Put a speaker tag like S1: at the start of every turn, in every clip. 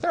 S1: There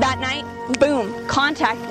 S2: That night, boom, contact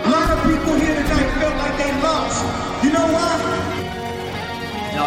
S3: A lot of people here tonight felt like they lost. You know why?
S4: Now,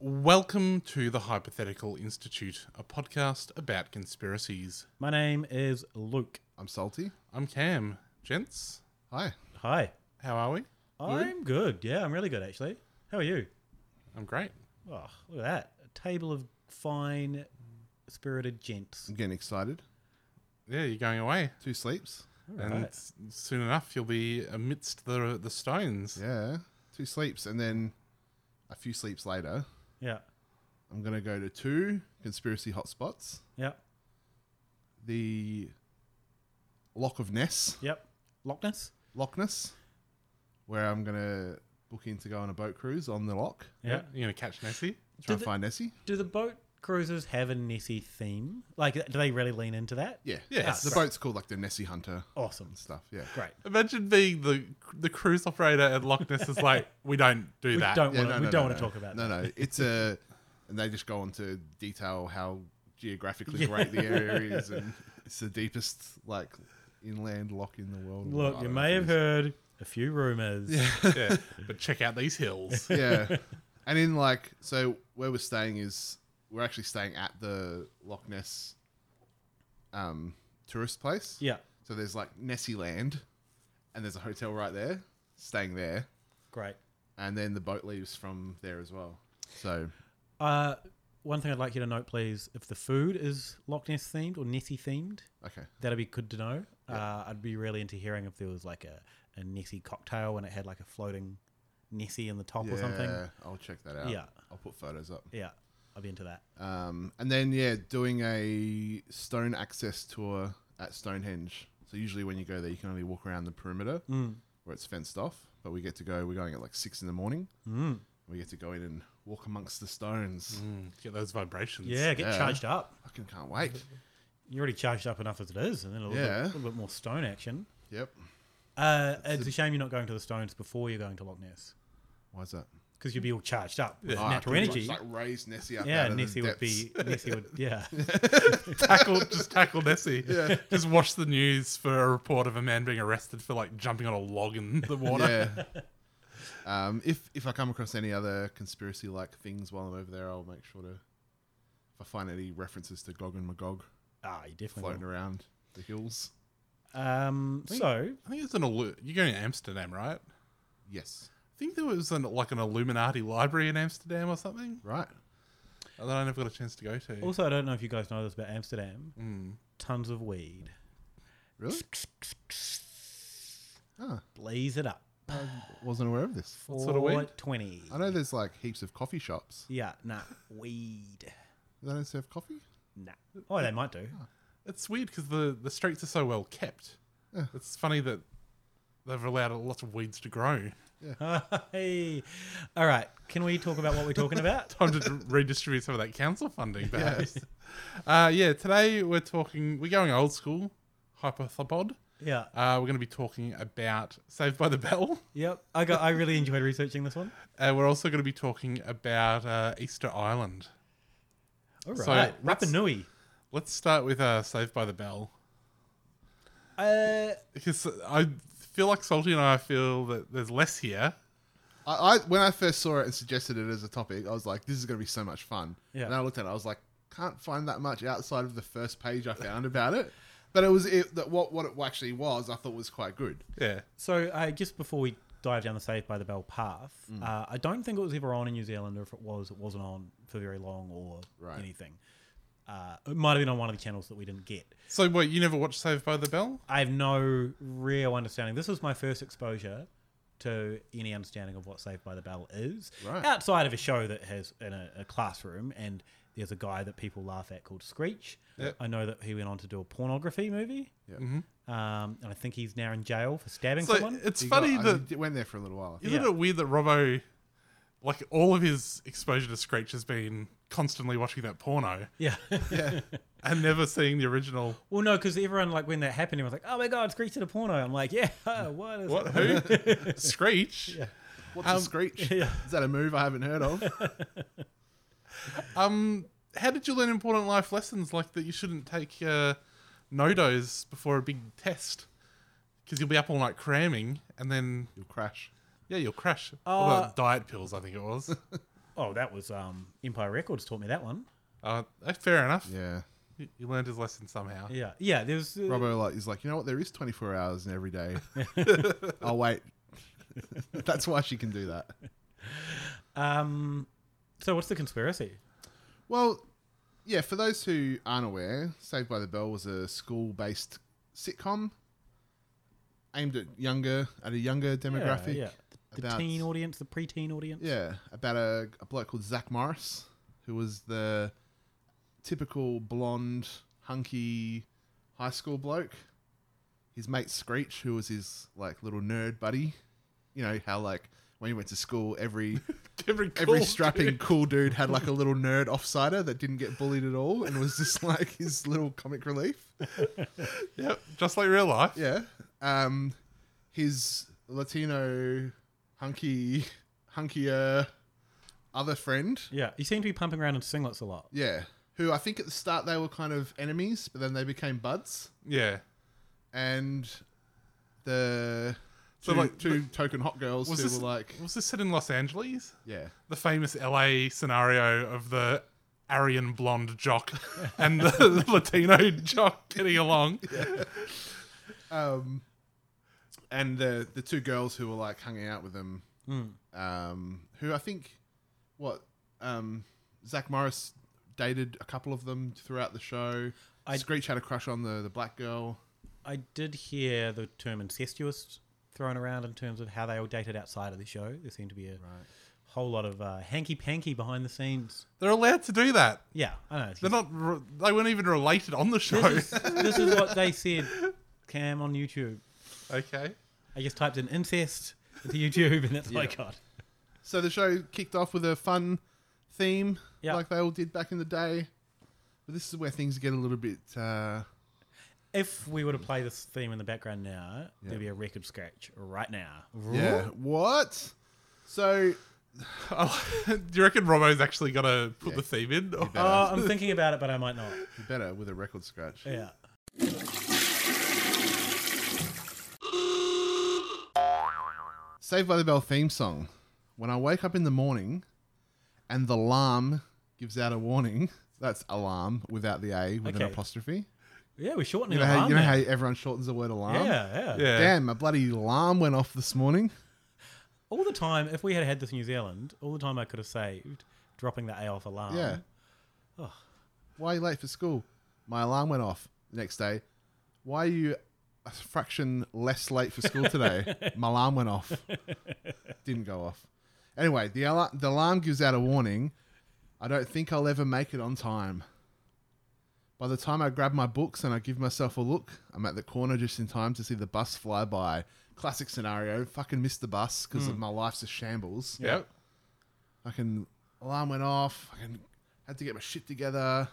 S5: Welcome to the Hypothetical Institute, a podcast about conspiracies.
S6: My name is Luke.
S7: I'm Salty.
S5: I'm Cam. Gents,
S7: Hi.
S6: Hi.
S5: how are we?
S6: I'm good. Yeah, I'm really good actually. How are you?
S5: I'm great.
S6: Oh, look at that. A table of fine spirited gents.
S7: I'm getting excited.
S5: Yeah, you're going away,
S7: Two sleeps.
S5: and s- soon enough you'll be amidst the the stones.
S7: Yeah. Two sleeps, and then a few sleeps later,
S6: Yeah.
S7: I'm gonna go to two conspiracy hotspots:
S6: Yeah.
S7: the Loch of Ness,
S6: Yep. Loch Ness?
S7: Loch Ness, where I'm gonna book in to go on a boat cruise on the Loch,
S6: Yeah.
S5: You're gonna catch Nessie.
S7: try
S6: Do
S7: and
S6: the-
S7: find Nessie.
S6: Do the boat cruises have a Nessie theme? Like do they really lean into that?
S7: Yeah.
S5: Yeah.
S7: The
S5: Right.
S7: boat's called like the Nessie Hunter
S6: Awesome.
S7: and stuff. Yeah.
S6: Great.
S5: Imagine being the the cruise operator at Loch Ness is like, we don't do
S6: We
S5: that.
S6: don't
S7: Yeah,
S6: want to
S7: no,
S6: we
S7: no,
S6: don't
S7: no,
S6: want to
S7: no.
S6: talk about
S7: No,
S6: that.
S7: no, it's a, and they just go on to detail how geographically
S6: Yeah.
S7: great the area is, and it's the deepest like inland lock in the world. or
S6: Look,
S7: I
S6: you
S7: don't know
S6: may
S7: if
S6: have
S7: it
S6: heard a few rumors.
S5: yeah, but check out these hills.
S7: is. Yeah, and in like so where we're staying is we're actually staying at the Loch Ness, um, tourist place.
S6: Yeah.
S7: So there's like Nessie Land, and there's a hotel right there, staying there,
S6: Great.
S7: and then the boat leaves from there as well. So
S6: Uh, one thing I'd like you to note, please, if the food is Loch Ness themed or Nessie themed,
S7: okay,
S6: that'd be good to know. Uh, I'd be really into hearing if there was like a, a Nessie cocktail and it had like a floating Nessie in the top or something.
S7: Yeah, I'll check that out.
S6: Yeah.
S7: I'll put photos up.
S6: Yeah, I'd be into that.
S7: Um, and then yeah, doing a stone access tour at Stonehenge. So usually when you go there, you can only walk around the perimeter
S6: Mm.
S7: where it's fenced off. But we get to go. We're going at like six in the morning. Mm. We get to go in and walk amongst the stones.
S5: Mm. Get those vibrations.
S6: Yeah, get
S7: Yeah.
S6: charged up.
S7: Fucking can't wait.
S6: You're already charged up enough as it is, and then a little,
S7: Yeah.
S6: bit, a little bit more stone action.
S7: Yep.
S6: Uh, it's a shame you're not going to the stones before you're going to Loch Ness
S7: Why is that?
S6: because you'd be all charged up with
S7: Ah,
S6: natural
S7: pretty
S6: energy.
S7: Much, like raise Nessie up.
S6: yeah,
S7: out of the
S6: Nessie would be
S7: depths.
S6: Nessie would yeah.
S5: tackle just tackle Nessie. Just watch the news for a report of a man being arrested for like jumping on a log in the water.
S7: Yeah. um, if if I come across any other conspiracy like things while I'm over there, I'll make sure to. If I find any references to Gog and Magog
S6: Ah, you definitely.
S7: floating around the hills.
S6: will. Um, so
S5: I think it's an allu- you're going to Amsterdam, right? I
S7: Yes.
S5: think there was an, like an Illuminati library in Amsterdam or something
S7: Right.
S5: that I never got a chance to go to.
S6: Also, I don't know if you guys know this about Amsterdam. Tons of weed.
S7: Hmm. Really?
S6: Blaze it up.
S7: Wasn't aware of this.
S6: Four
S5: sort of weed?
S6: twenty.
S7: I know there's like heaps of coffee shops.
S6: Yeah, nah, weed.
S7: They don't serve coffee.
S6: Nah. Oh, they might do.
S5: It's weird because the, the streets are so well kept. It's funny that they've allowed lots of weeds to grow.
S6: hey, all right. Can we talk about what we're talking about?
S5: Time to redistribute some of that council funding, perhaps. Uh, yeah, today we're talking, we're going old school, hyperthopod.
S6: yeah.
S5: Uh, we're going to be talking about Saved by the Bell.
S6: Yep. I got. I really enjoyed researching this one.
S5: Uh, we're also going to be talking about uh, Easter Island.
S6: All
S5: So,
S6: right. Rapa
S5: let's-
S6: Nui.
S2: Let's start with uh, Saved by the Bell.
S6: Uh,
S2: Because I feel like Salty and I feel that there's less here.
S5: I, I when I first saw it and suggested it as a topic, I was like, "This is going to be so much fun."
S6: Yeah.
S5: And I looked at it, I was like, "Can't find that much outside of the first page I found about it." But it was it, that what what it actually was, I thought was quite good.
S6: So uh, just before we dive down the Saved by the Bell path,
S5: Mm.
S6: uh, I don't think it was ever on in New Zealand, or if it was, it wasn't on for very long or anything. Uh, it might have been on one of the channels that we didn't get.
S2: So wait, you never watched Saved by the Bell?
S6: I have no real understanding. This was my first exposure to any understanding of what Saved by the Bell is,
S5: Right.
S6: outside of a show that has in a, a classroom and. There's a guy that people laugh at called Screech.
S5: Yep.
S6: I know that he went on to do a pornography movie,
S5: Yeah.
S2: Mhm.
S6: um, and I think he's now in jail for stabbing
S2: So uh,
S6: someone.
S2: it's funny
S5: I
S2: that
S5: did- went there for a little while.
S2: Isn't it weird that Robbo, like all of his exposure to Screech has been constantly watching that porno?
S6: Yeah.
S2: yeah, and never seeing the original.
S6: Well, no, because everyone like when that happened, everyone's like, "Oh my god, Screech did a porno." I'm like, "Yeah, what is
S2: What?
S6: it?"
S2: Who? Screech?
S6: Yeah.
S5: What's a screech? Is that a move I haven't heard of?
S2: Um, how did you learn important life lessons like that? You shouldn't take uh, nodos before a big test because you'll be up all night cramming and then
S5: you'll crash.
S2: Yeah, you'll crash.
S6: Uh,
S2: What about diet pills, I think it was.
S6: oh, that was um, Empire Records taught me that one.
S2: Uh, eh, fair enough.
S5: Yeah.
S2: You, you learned his lesson somehow.
S6: Yeah, yeah. There's uh,
S5: Robbo like he's like, you know what? There is 24 hours in every day. I'll wait. That's why she can do that.
S6: Um, so what's the conspiracy?
S5: Well, yeah, for those who aren't aware, Saved by the Bell was a school based sitcom aimed at younger at a younger demographic.
S6: yeah. The teen audience, the preteen audience.
S5: Yeah, about a, a bloke called Zach Morris, who was the typical blonde, hunky high school bloke. His mate Screech, who was his like little nerd buddy. You know how like when he went to school, every
S2: every,
S5: every
S2: cool
S5: strapping
S2: dude.
S5: cool dude had like a little nerd offsider that didn't get bullied at all and was just like his little comic relief.
S2: Yep, just like real life.
S5: Yeah. Um, his Latino hunky hunkier other friend.
S6: Yeah, he seemed to be pumping around in singlets a lot.
S5: Yeah. Who I think at the start they were kind of enemies, but then they became buds.
S2: Yeah.
S5: And the two, two token hot girls who
S2: this,
S5: were like
S2: was this set in Los Angeles?
S5: Yeah.
S2: the famous LA scenario of the Aryan blonde jock and the Latino jock getting along.
S5: um, and the the two girls who were like hanging out with them,
S6: Mm.
S5: um, who I think, what um, Zach Morris dated a couple of them throughout the show. Screech had a crush on the the black girl.
S6: I did hear the term incestuous thrown around in terms of how they all dated outside of the show. There seemed to be a whole lot of uh, hanky panky behind the scenes.
S2: They're allowed to do that.
S6: Yeah, I know.
S2: They're not. re- They weren't even related on the show.
S6: This is, this is what they said, Cam, on YouTube.
S2: Okay.
S6: I just typed in incest into YouTube, and that's what I
S5: Yeah.
S6: got.
S5: So the show kicked off with a fun theme,
S6: Yeah.
S5: like they all did back in the day. But this is where things get a little bit. Uh,
S6: If we were to play this theme in the background now,
S5: Yeah.
S6: there'd be a record scratch right now.
S5: yeah. What? So.
S2: Do you reckon Robbo's actually got to put the theme in?
S6: Oh, I'm thinking about it, but I might not.
S5: better with a record scratch.
S6: Yeah.
S5: Saved by the Bell theme song. When I wake up in the morning and the alarm gives out a warning, that's alarm without the A with an
S6: Okay.
S5: apostrophe.
S6: Yeah, we're shortening
S5: You know, how,
S6: alarm
S5: you know
S6: now.
S5: how everyone shortens the word alarm?
S6: Yeah, yeah. Yeah.
S5: Damn, my bloody alarm went off this morning.
S6: All the time, if we had had this in New Zealand, all the time I could have saved dropping the A off alarm.
S5: Yeah. Why are you late for school? My alarm went off. The next day, why are you a fraction less late for school today? My alarm went off. Didn't go off. Anyway, the, alar- the alarm gives out a warning. I don't think I'll ever make it on time. By the time I grab my books and I give myself a look, I'm at the corner just in time to see the bus fly by. Classic scenario. Fucking missed the bus because
S2: Mm.
S5: my life's a shambles.
S2: Yep.
S5: Fucking alarm went off. I had to get my shit together.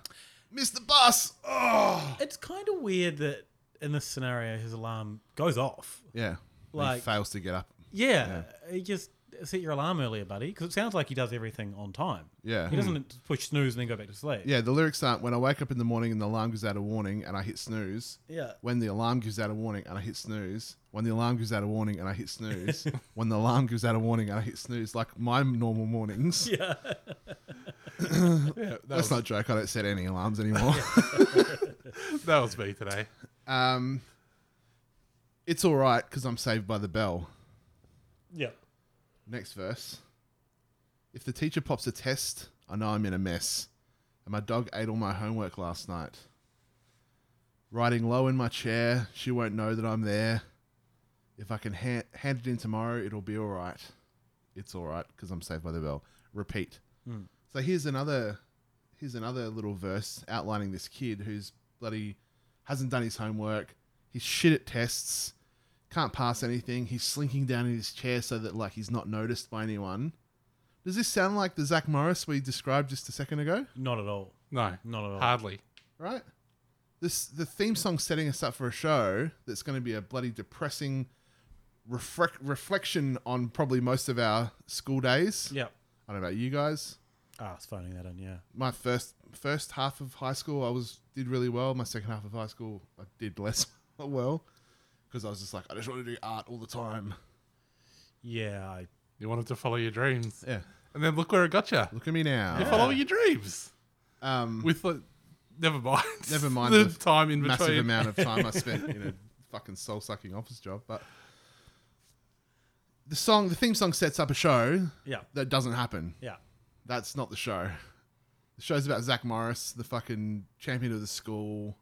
S5: Missed the bus. Oh.
S6: It's kind of weird that in this scenario, his alarm goes off.
S5: Yeah. And he
S6: Like-
S5: fails to get up.
S6: Yeah, he just set your alarm earlier, buddy, because it sounds like he does everything on time.
S7: Yeah.
S6: He doesn't push snooze and then go back to sleep.
S7: Yeah, the lyrics aren't when I wake up in the morning and the alarm gives out a warning and I hit snooze.
S6: Yeah.
S7: When the alarm gives out a warning and I hit snooze. When the alarm gives out a warning and I hit snooze. when the alarm gives out a warning and I hit snooze, like my normal mornings.
S6: Yeah.
S7: yeah
S5: that
S7: That's
S5: was-
S7: not a joke. I don't set any alarms anymore.
S5: that was me today.
S7: um, it's all right because I'm saved by the bell.
S6: Yeah.
S7: Next verse. If the teacher pops a test, I know I'm in a mess. And my dog ate all my homework last night. Riding low in my chair, she won't know that I'm there. If I can ha- hand it in tomorrow, it'll be all right. It's all right because I'm saved by the bell. Repeat.
S6: Hmm.
S7: So here's another, here's another little verse outlining this kid who's bloody hasn't done his homework. He's shit at tests, can't pass anything. He's slinking down in his chair so that like he's not noticed by anyone. Does this sound like the Zach Morris we described just a second ago?
S6: Not at all.
S5: No,
S6: Not at all.
S5: hardly.
S7: Right. This the theme song's setting us up for a show that's going to be a bloody depressing reflec- reflection on probably most of our school days.
S6: Yep.
S7: I don't know about you guys.
S6: Ah, it's phoning that in, yeah.
S7: My first first half of high school, I was did really well. My second half of high school, I did less well because I was just like, I just want to do art all the time.
S6: Yeah. I,
S5: You wanted to follow your dreams.
S7: Yeah.
S5: And then look where it got you.
S7: Look at me now.
S5: You follow your dreams.
S7: Um,
S5: With like, never mind.
S7: Never mind
S5: the, time in
S7: massive
S5: between.
S7: amount of time I spent in a fucking soul sucking office job. But the song, the theme song, sets up a show.
S6: Yeah.
S7: that doesn't happen.
S6: Yeah.
S7: that's not the show. The show's about Zach Morris, the fucking champion of the school.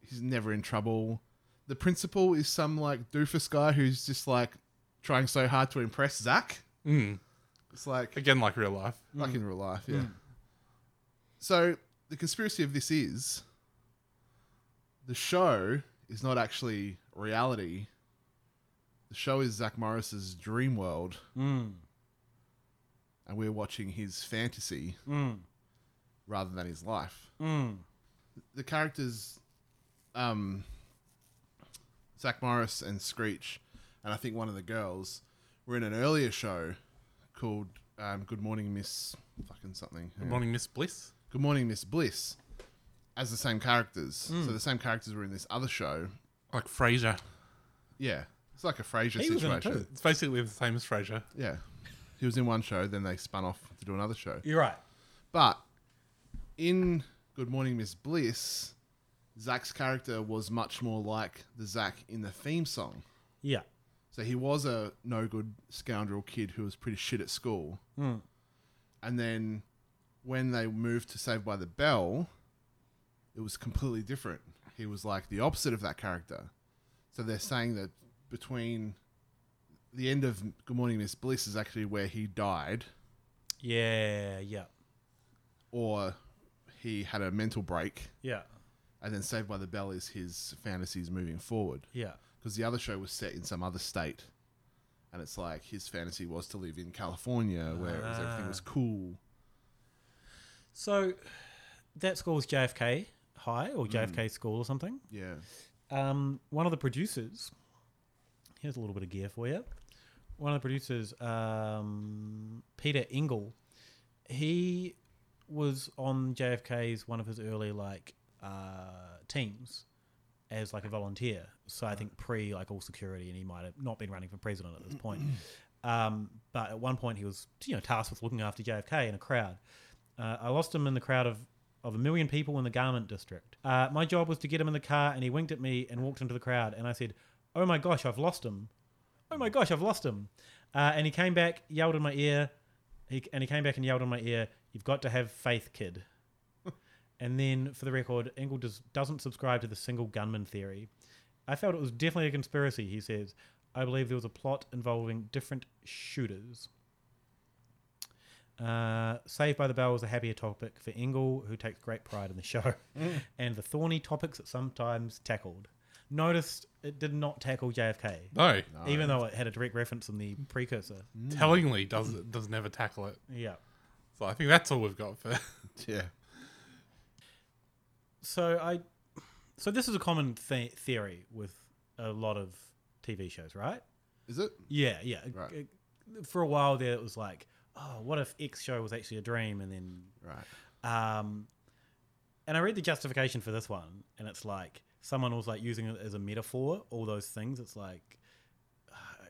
S7: He's never in trouble. The principal is some like doofus guy who's just like trying so hard to impress Zach.
S5: Mm.
S7: It's like
S5: again, like real life,
S7: like in real life,
S6: Hmm.
S7: yeah.
S5: Mm.
S7: So the conspiracy of this is the show is not actually reality. The show is Zach Morris's dream world,
S6: Mm.
S7: and we're watching his fantasy
S6: Mm.
S7: rather than his life.
S6: Mm.
S7: The characters, um, Zach Morris and Screech, and I think one of the girls were in an earlier show called um, "Good Morning Miss Fucking Something."
S5: Good morning, Miss Bliss.
S7: Good Morning Miss Bliss as the same characters.
S6: Hmm.
S5: Mm.
S7: So the same characters were in this other show.
S5: Like Frasier.
S7: Yeah, it's like a Frasier
S5: He was in
S7: situation.
S5: it too. It's basically the same as Frasier.
S7: Yeah, he was in one show, then they spun off to do another show.
S6: You're right.
S7: But in Good Morning Miss Bliss, Zach's character was much more like the Zach in the theme song.
S6: Yeah.
S7: So he was a no good scoundrel kid who was pretty shit at school.
S6: Mm.
S7: And then when they moved to Saved by the Bell, it was completely different. He was like the opposite of that character. So they're saying that between the end of Good Morning Miss Bliss is actually where he died
S6: Yeah. Yeah.
S7: or he had a mental break.
S6: Yeah.
S7: And then Saved by the Bell is his fantasies moving forward.
S6: Yeah.
S7: Because the other show was set in some other state. And it's like his fantasy was to live in California where it was, everything was
S6: Ah.
S7: cool.
S6: So that school was JFK High or JFK School or something.
S7: Mm. Yeah.
S6: Um, one of the producers, here's a little bit of gear for you. One of the producers, um, Peter Engel, he was on JFK's one of his early like uh, teams as like a volunteer. So I think pre like all security, and he might have not been running for president at this point. Um, but at one point, he was you know tasked with looking after JFK in a crowd. Uh, I lost him in the crowd of of a million people in the garment district. Uh, my job was to get him in the car, and he winked at me and walked into the crowd. And I said, "Oh my gosh, I've lost him! Oh my gosh, I've lost him!" Uh, and he came back, yelled in my ear, he, and he came back and yelled in my ear, "You've got to have faith, kid." And then, for the record, Engel does, doesn't subscribe to the single gunman theory. I felt it was definitely a conspiracy, he says. I believe there was a plot involving different shooters. Uh, Saved by the Bell is a happier topic for Engel, who takes great pride in the show,
S8: Mm.
S6: and the thorny topics it sometimes tackled. Noticed it did not tackle JFK.
S5: No. Mm.
S6: Even though it had a direct reference in the precursor.
S5: Tellingly, does does never tackle it.
S6: Yeah.
S5: So I think that's all we've got for.
S7: yeah.
S6: So I, so this is a common th- theory with a lot of TV shows, right?
S7: Is it?
S6: Yeah, yeah.
S7: Right.
S6: It- for a while there, it was like, oh, what if X show was actually a dream? And then, right. Um, and I read the justification for this one, and it's like someone was like using it as a metaphor. All those things. It's like uh,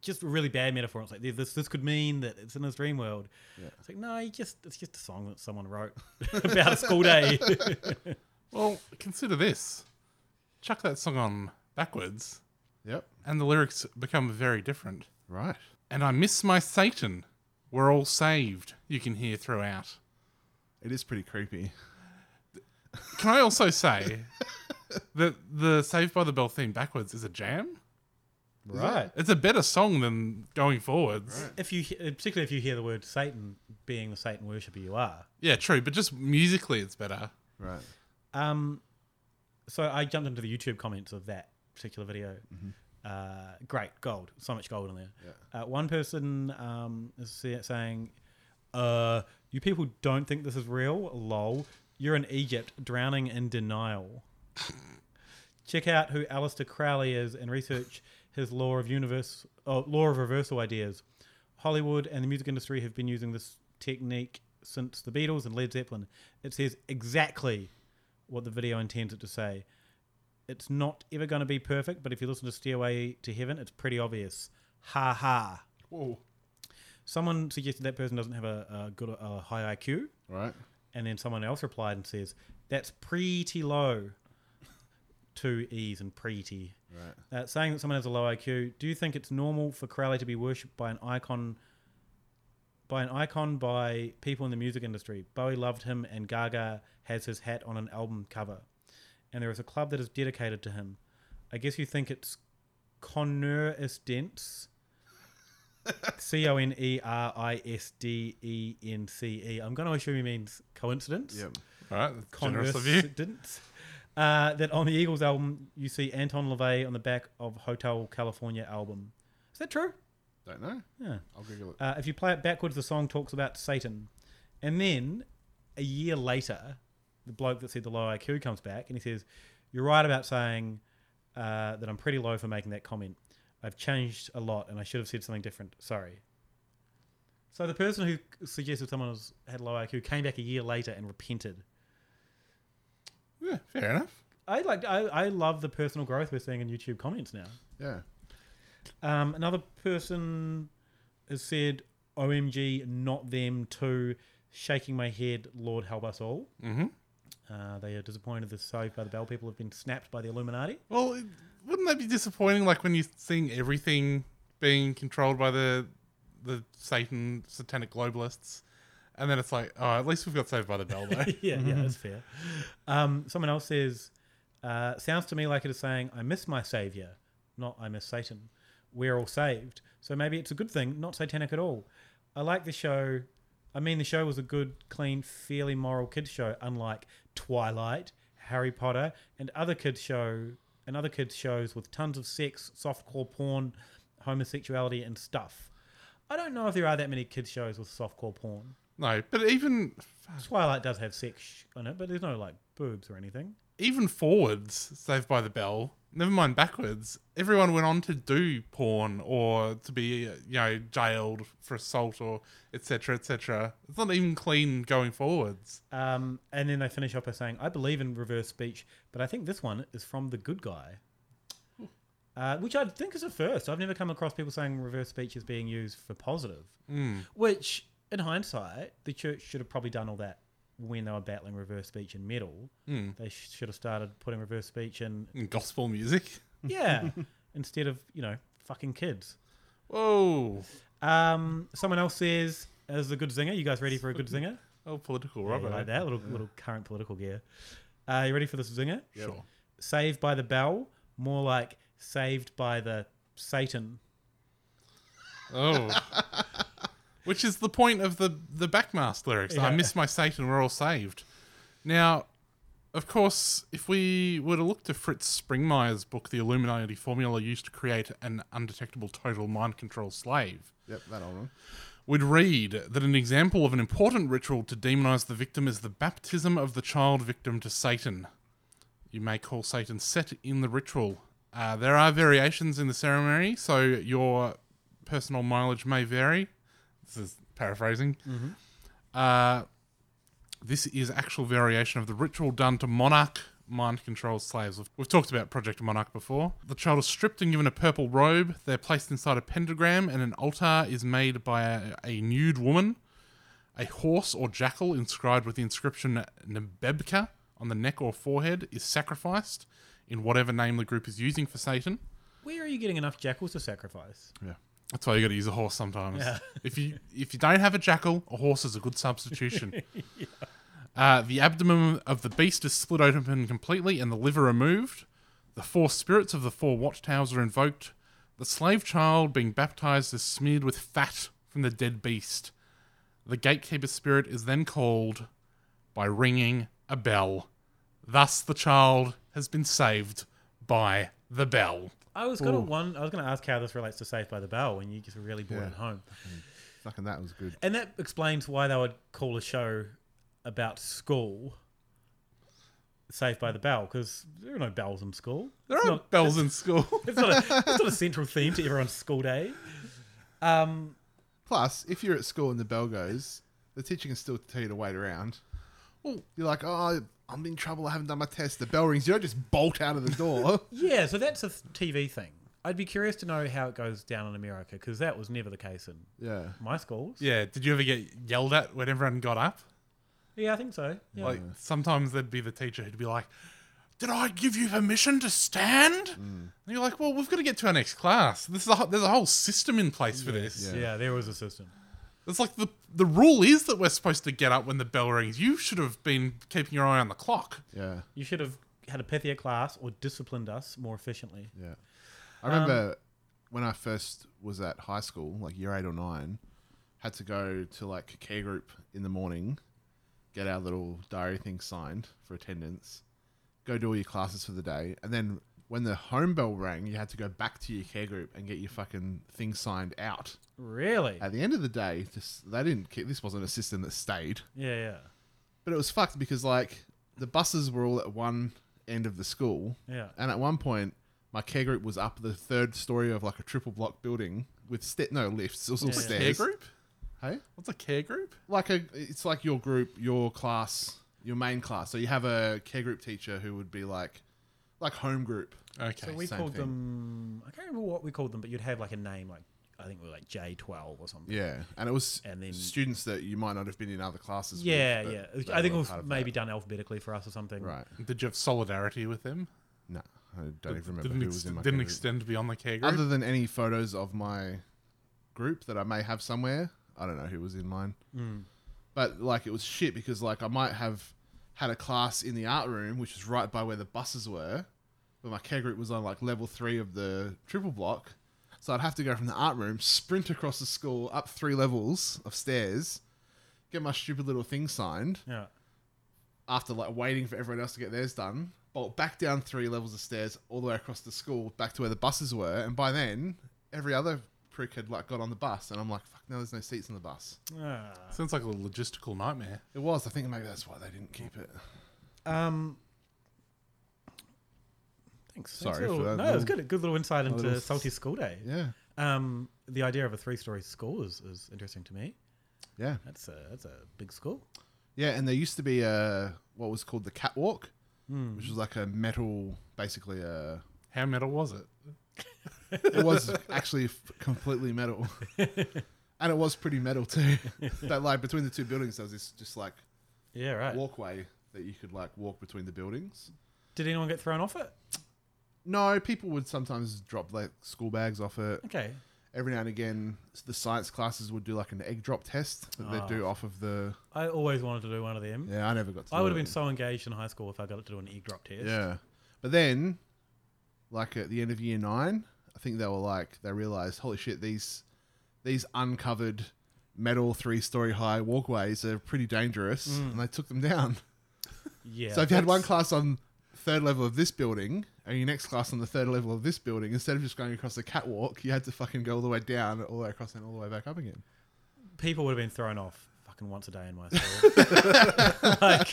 S6: just a really bad metaphor. It's like this. This could mean that it's in his dream world.
S7: Yeah.
S6: It's like no, you just it's just a song that someone wrote about a school day.
S5: well, consider this. Chuck that song on backwards.
S7: Yep.
S5: And the lyrics become very different.
S7: Right.
S5: And I miss my Satan. We're all saved. You can hear throughout.
S7: It is pretty creepy.
S5: Can I also say that the Saved by the Bell theme backwards is a jam?
S6: Right.
S5: It's a better song than going forwards.
S6: If you, he- particularly if you hear the word Satan, being the Satan worshipper you are.
S5: Yeah, true, but just musically it's better.
S7: Right.
S6: Um, so I jumped into the YouTube comments of that particular video.
S7: Mm-hmm.
S6: Uh, great gold, so much gold in there. Uh, one person um, is sa- saying, uh, "You people don't think this is real? Lol. You're in Egypt, drowning in denial." Check out who Alistair Crowley is and research his law of universe, oh, law of reversal ideas. Hollywood and the music industry have been using this technique since the Beatles and Led Zeppelin. It says exactly what the video intends it to say. It's not ever going to be perfect, but if you listen to Stairway to Heaven, it's pretty obvious. Ha ha.
S5: Whoa.
S6: Someone suggested that person doesn't have a, a good, a high IQ.
S7: Right.
S6: And then someone else replied and says, "That's pretty low." Two E's and pretty.
S7: Right.
S6: Uh, saying that someone has a low IQ. Do you think it's normal for Crowley to be worshipped by an icon? By an icon by people in the music industry. Bowie loved him, and Gaga has his hat on an album cover. And there is a club that is dedicated to him. I guess you think it's Conner Estence. C O N E R I S D E N C E. I'm going to assume he means coincidence.
S7: Yep.
S5: All right, that's generous of you.
S6: Coincidence. Uh, that on the Eagles album, you see Anton LaVey on the back of Hotel California album. Is that true?
S7: Don't know.
S6: Yeah.
S7: I'll Google it.
S6: Uh, if you play it backwards, the song talks about Satan. And then a year later, the bloke that said the low IQ comes back and he says, You're right about saying uh, that I'm pretty low for making that comment. I've changed a lot and I should have said something different. Sorry. So the person who suggested someone was, had low IQ came back a year later and repented.
S5: Yeah, fair enough.
S6: I like I, I love the personal growth we're seeing in YouTube comments now.
S7: Yeah.
S6: Um, another person has said, "OMG, not them too." Shaking my head, Lord help us all.
S5: Mhm.
S6: Uh, they are disappointed the Saved by the Bell people have been snapped by the Illuminati.
S5: Well, it, wouldn't that be disappointing? Like when you're seeing everything being controlled by the the Satan satanic globalists, and then it's like, oh, at least we've got Saved by the Bell though.
S6: yeah, yeah, that's fair. Um, someone else says, uh, sounds to me like it is saying, I miss my savior, not I miss Satan. We're all saved. So maybe it's a good thing, not satanic at all. I like the show. I mean, the show was a good, clean, fairly moral kids show, unlike Twilight, Harry Potter, and other kids show and other kids shows with tons of sex, softcore porn, homosexuality, and stuff. I don't know if there are that many kids shows with softcore porn.
S5: No, but even
S6: Twilight does have sex on it, but there's no like boobs or anything.
S5: even forwards, Saved by the Bell, never mind backwards, everyone went on to do porn or to be, uh, you know, jailed for assault or etc. etc. It's not even clean going forwards.
S6: Um, and then they finish up by saying, "I believe in reverse speech, but I think this one is from the good guy," uh, which I think is a first. I've never come across people saying reverse speech is being used for positive.
S5: Mm.
S6: Which, in hindsight, the church should have probably done all that when they were battling reverse speech in metal.
S5: Mm.
S6: They sh- should have started putting reverse speech in
S5: And gospel music.
S6: yeah, instead of you know fucking kids.
S5: Whoa.
S6: Um, someone else says, "As a good zinger, you guys ready for a good zinger?"
S5: Oh, political
S6: Yeah, you
S5: rubber.
S6: like that little little current political gear. Uh, you ready for this zinger?
S5: Yep. Sure.
S6: Saved by the Bell, more like Saved by the Satan.
S5: Oh. Which is the point of the the backmask lyrics. I
S6: Yeah.
S5: miss my Satan, we're all saved. Now, of course, if we were to look to Fritz Springmeier's book, The Illuminati Formula Used to Create an Undetectable Total Mind Control Slave,
S7: Yep, that old one.
S5: we'd read that an example of an important ritual to demonize the victim is the baptism of the child victim to Satan. You may call Satan set in the ritual. Uh, there are variations in the ceremony, so your personal mileage may vary. This is paraphrasing.
S9: Mhm.
S5: Uh, this is actual variation of the ritual done to Monarch mind control slaves. We've- We've talked about Project Monarch before. The child is stripped and given a purple robe. They're placed inside a pentagram, and an altar is made by a, a nude woman. A horse or jackal inscribed with the inscription Nebebka on the neck or forehead is sacrificed in whatever name the group is using for Satan.
S6: Where are you getting enough jackals to sacrifice?
S5: Yeah. That's why you got to use a horse sometimes.
S6: Yeah.
S5: if you if you don't have a jackal, a horse is a good substitution. uh, the abdomen of the beast is split open completely and the liver removed. The four spirits of the four watchtowers are invoked. The slave child being baptized is smeared with fat from the dead beast. The gatekeeper spirit is then called by ringing a bell. Thus, the child has been saved by the bell.
S6: I was gonna
S5: oh. Ooh.
S6: one. I was gonna ask how this relates to Saved by the Bell, and you just really brought
S7: Yeah.
S6: it home.
S7: Fucking that was good.
S6: And that explains why they would call a show about school Saved by the Bell, because there are no bells in school.
S5: There
S6: It's
S5: are
S6: not-
S5: bells in school.
S6: It's not, a, it's not a central theme to everyone's school day. Um,
S7: Plus, if you're at school and the bell goes, the teacher can still tell you to wait around.
S5: Well,
S7: you're like, oh, I'm in trouble. I haven't done my test. The bell rings. You don't just bolt out of the door.
S6: Yeah, so that's a TV thing. I'd be curious to know how it goes down in America, because that was never the case in
S7: Yeah.
S6: my schools.
S5: Yeah. Did you ever get yelled at when everyone got up?
S6: Yeah, I think so. Yeah.
S5: Like sometimes there'd be the teacher who'd be like, "Did I give you permission to stand?"
S7: Mm.
S5: And you're like, "Well, we've got to get to our next class. This is a, whole- there's a whole system in place for this."
S6: yeah. there was a system.
S5: It's like the the rule is that we're supposed to get up when the bell rings. You should have been keeping your eye on the clock.
S7: Yeah.
S6: You should have had a pithier class or disciplined us more efficiently.
S7: Yeah. I remember when I first was at high school, like year eight or nine, had to go to like care group in the morning, get our little diary thing signed for attendance, go do all your classes for the day, and then when the home bell rang, you had to go back to your care group and get your fucking thing signed out.
S6: Really?
S7: At the end of the day, just they didn't. keep- This wasn't a system that stayed.
S6: Yeah, yeah.
S7: But it was fucked because like the buses were all at one end of the school.
S6: Yeah.
S7: And at one point, my care group was up the third story of like a triple block building with ste- no lifts. It was all
S5: What's a
S7: stairs.
S5: care group?
S7: Hey,
S5: what's a care group?
S7: Like a, it's like your group, your class, your main class. So you have a care group teacher who would be like, like home group.
S5: Okay.
S6: So we
S7: Same
S6: called
S7: thing.
S6: them. I can't remember what we called them, but you'd have like a name, like I think we were like J twelve or something.
S7: Yeah, and it was
S6: And then-
S7: students that you might not have been in other classes. with,
S6: Yeah,
S7: but
S6: yeah.
S7: they
S6: I think
S7: were
S6: it was
S7: part of that.
S6: maybe done alphabetically for us or something.
S7: Right.
S5: Did you have solidarity with them?
S7: No, I don't even remember
S5: Didn't,
S7: who was in my
S5: didn't
S7: care group.
S5: extend beyond the care group.
S7: Other than any photos of my group that I may have somewhere, I don't know who was in mine.
S5: Hmm.
S6: Mm.
S7: But like, it was shit because like I might have had a class in the art room, which was right by where the buses were, but my care group was on like level three of the triple block, so I'd have to go from the art room, sprint across the school up three levels of stairs, get my stupid little thing signed,
S6: Yeah.
S7: after like waiting for everyone else to get theirs done, bolt back down three levels of stairs all the way across the school back to where the buses were, and by then every other prick had like got on the bus, and I'm like, fuck, no, there's no seats in the bus.
S5: Sounds like a logistical nightmare.
S7: It was. I think maybe that's why they didn't keep it.
S6: Um. Thanks.
S7: Sorry
S6: Thanks a
S7: for
S6: little-
S7: that
S6: No, it's
S7: little-
S6: good. a Good little insight
S7: a
S6: into
S7: little-
S6: salty school day.
S7: Yeah.
S6: Um, the idea of a three-story school is, is interesting to me.
S7: Yeah.
S6: That's a that's a big school.
S7: Yeah, and there used to be a what was called the catwalk,
S6: Hmm.
S7: which was like a metal, basically a.
S5: How metal was it?
S7: It was actually f- completely metal, and it was pretty metal too. that like between the two buildings, there was this just like
S6: Yeah, right.
S7: walkway that you could like walk between the buildings.
S6: Did anyone get thrown off it?
S7: No, people would sometimes drop like school bags off it.
S6: Okay.
S7: Every now and again, s- the science classes would do like an egg drop test that
S6: Ah.
S7: they'd do off of the.
S6: I always wanted to do one of them.
S7: Yeah, I never got to
S6: I
S7: do
S6: would have
S7: it.
S6: been so engaged in high school if I got to do an egg drop test.
S7: Yeah. But then, like at the end of year nine, I think they were like, they realized, holy shit, these these uncovered metal three story high walkways are pretty dangerous.
S6: Mm.
S7: And they took them down.
S6: Yeah,
S7: So if you had one
S6: that's-
S7: class on third level of this building and your next class on the third level of this building, instead of just going across the catwalk, you had to fucking go all the way down, all the way across, and all the way back up again.
S6: People would have been thrown off fucking once a day in my school. like,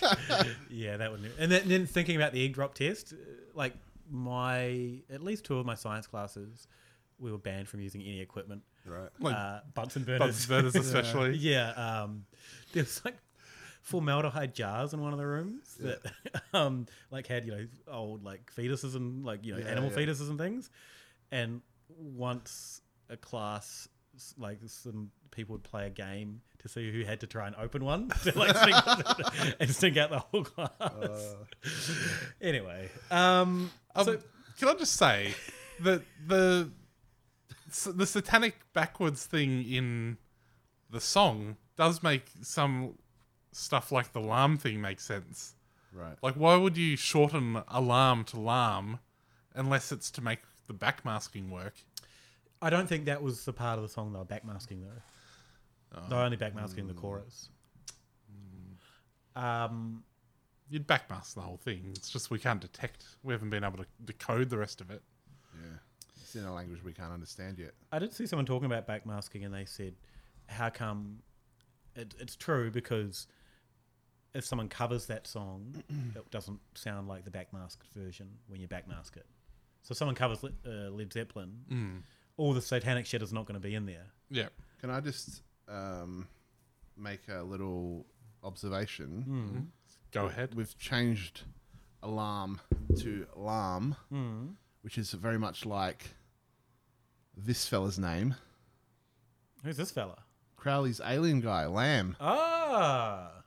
S6: yeah, that would. And then, then thinking about the egg drop test, uh, like my at least two of my science classes we were banned from using any equipment.
S7: Right.
S5: Like
S6: uh, Bunsen
S5: Bunsen
S6: burners.
S5: burners especially.
S6: yeah. Um, there was like formaldehyde jars in one of the rooms
S5: Yeah.
S6: that um, like had, you know, old like fetuses and like, you know,
S5: Yeah,
S6: animal
S5: yeah.
S6: fetuses and things. And once a class, s- like some people would play a game to see who had to try and open one to like stink, and stink out the whole class.
S5: Uh.
S6: anyway, um,
S5: so can I just say that the s- the satanic backwards thing in the song does make some stuff like the lamb thing make sense.
S7: Right.
S5: Like, why would you shorten alarm to lamb unless it's to make the backmasking work?
S6: I don't think that was the part of the song they were backmasking
S5: Oh.
S6: though. they were only backmasking
S5: Hmm.
S6: the chorus. Um,
S5: You'd backmask the whole thing. It's just we can't detect. We haven't been able to decode the rest of it.
S7: Yeah. It's in a language we can't understand yet.
S6: I did see someone talking about backmasking, and they said, "How come?" It, it's true because if someone covers that song, it doesn't sound like the backmasked version when you backmask it. So if someone covers Le- uh, Led Zeppelin,
S5: Mm.
S6: all the satanic shit is not going to be in there.
S5: Yeah.
S7: Can I just um, make a little observation?
S6: Mm.
S5: Go ahead.
S7: We've changed alarm to alarm,
S6: Mm.
S7: which is very much like this fella's name
S6: Who's this fella?
S7: Crowley's alien guy, Lamb.
S6: Ah,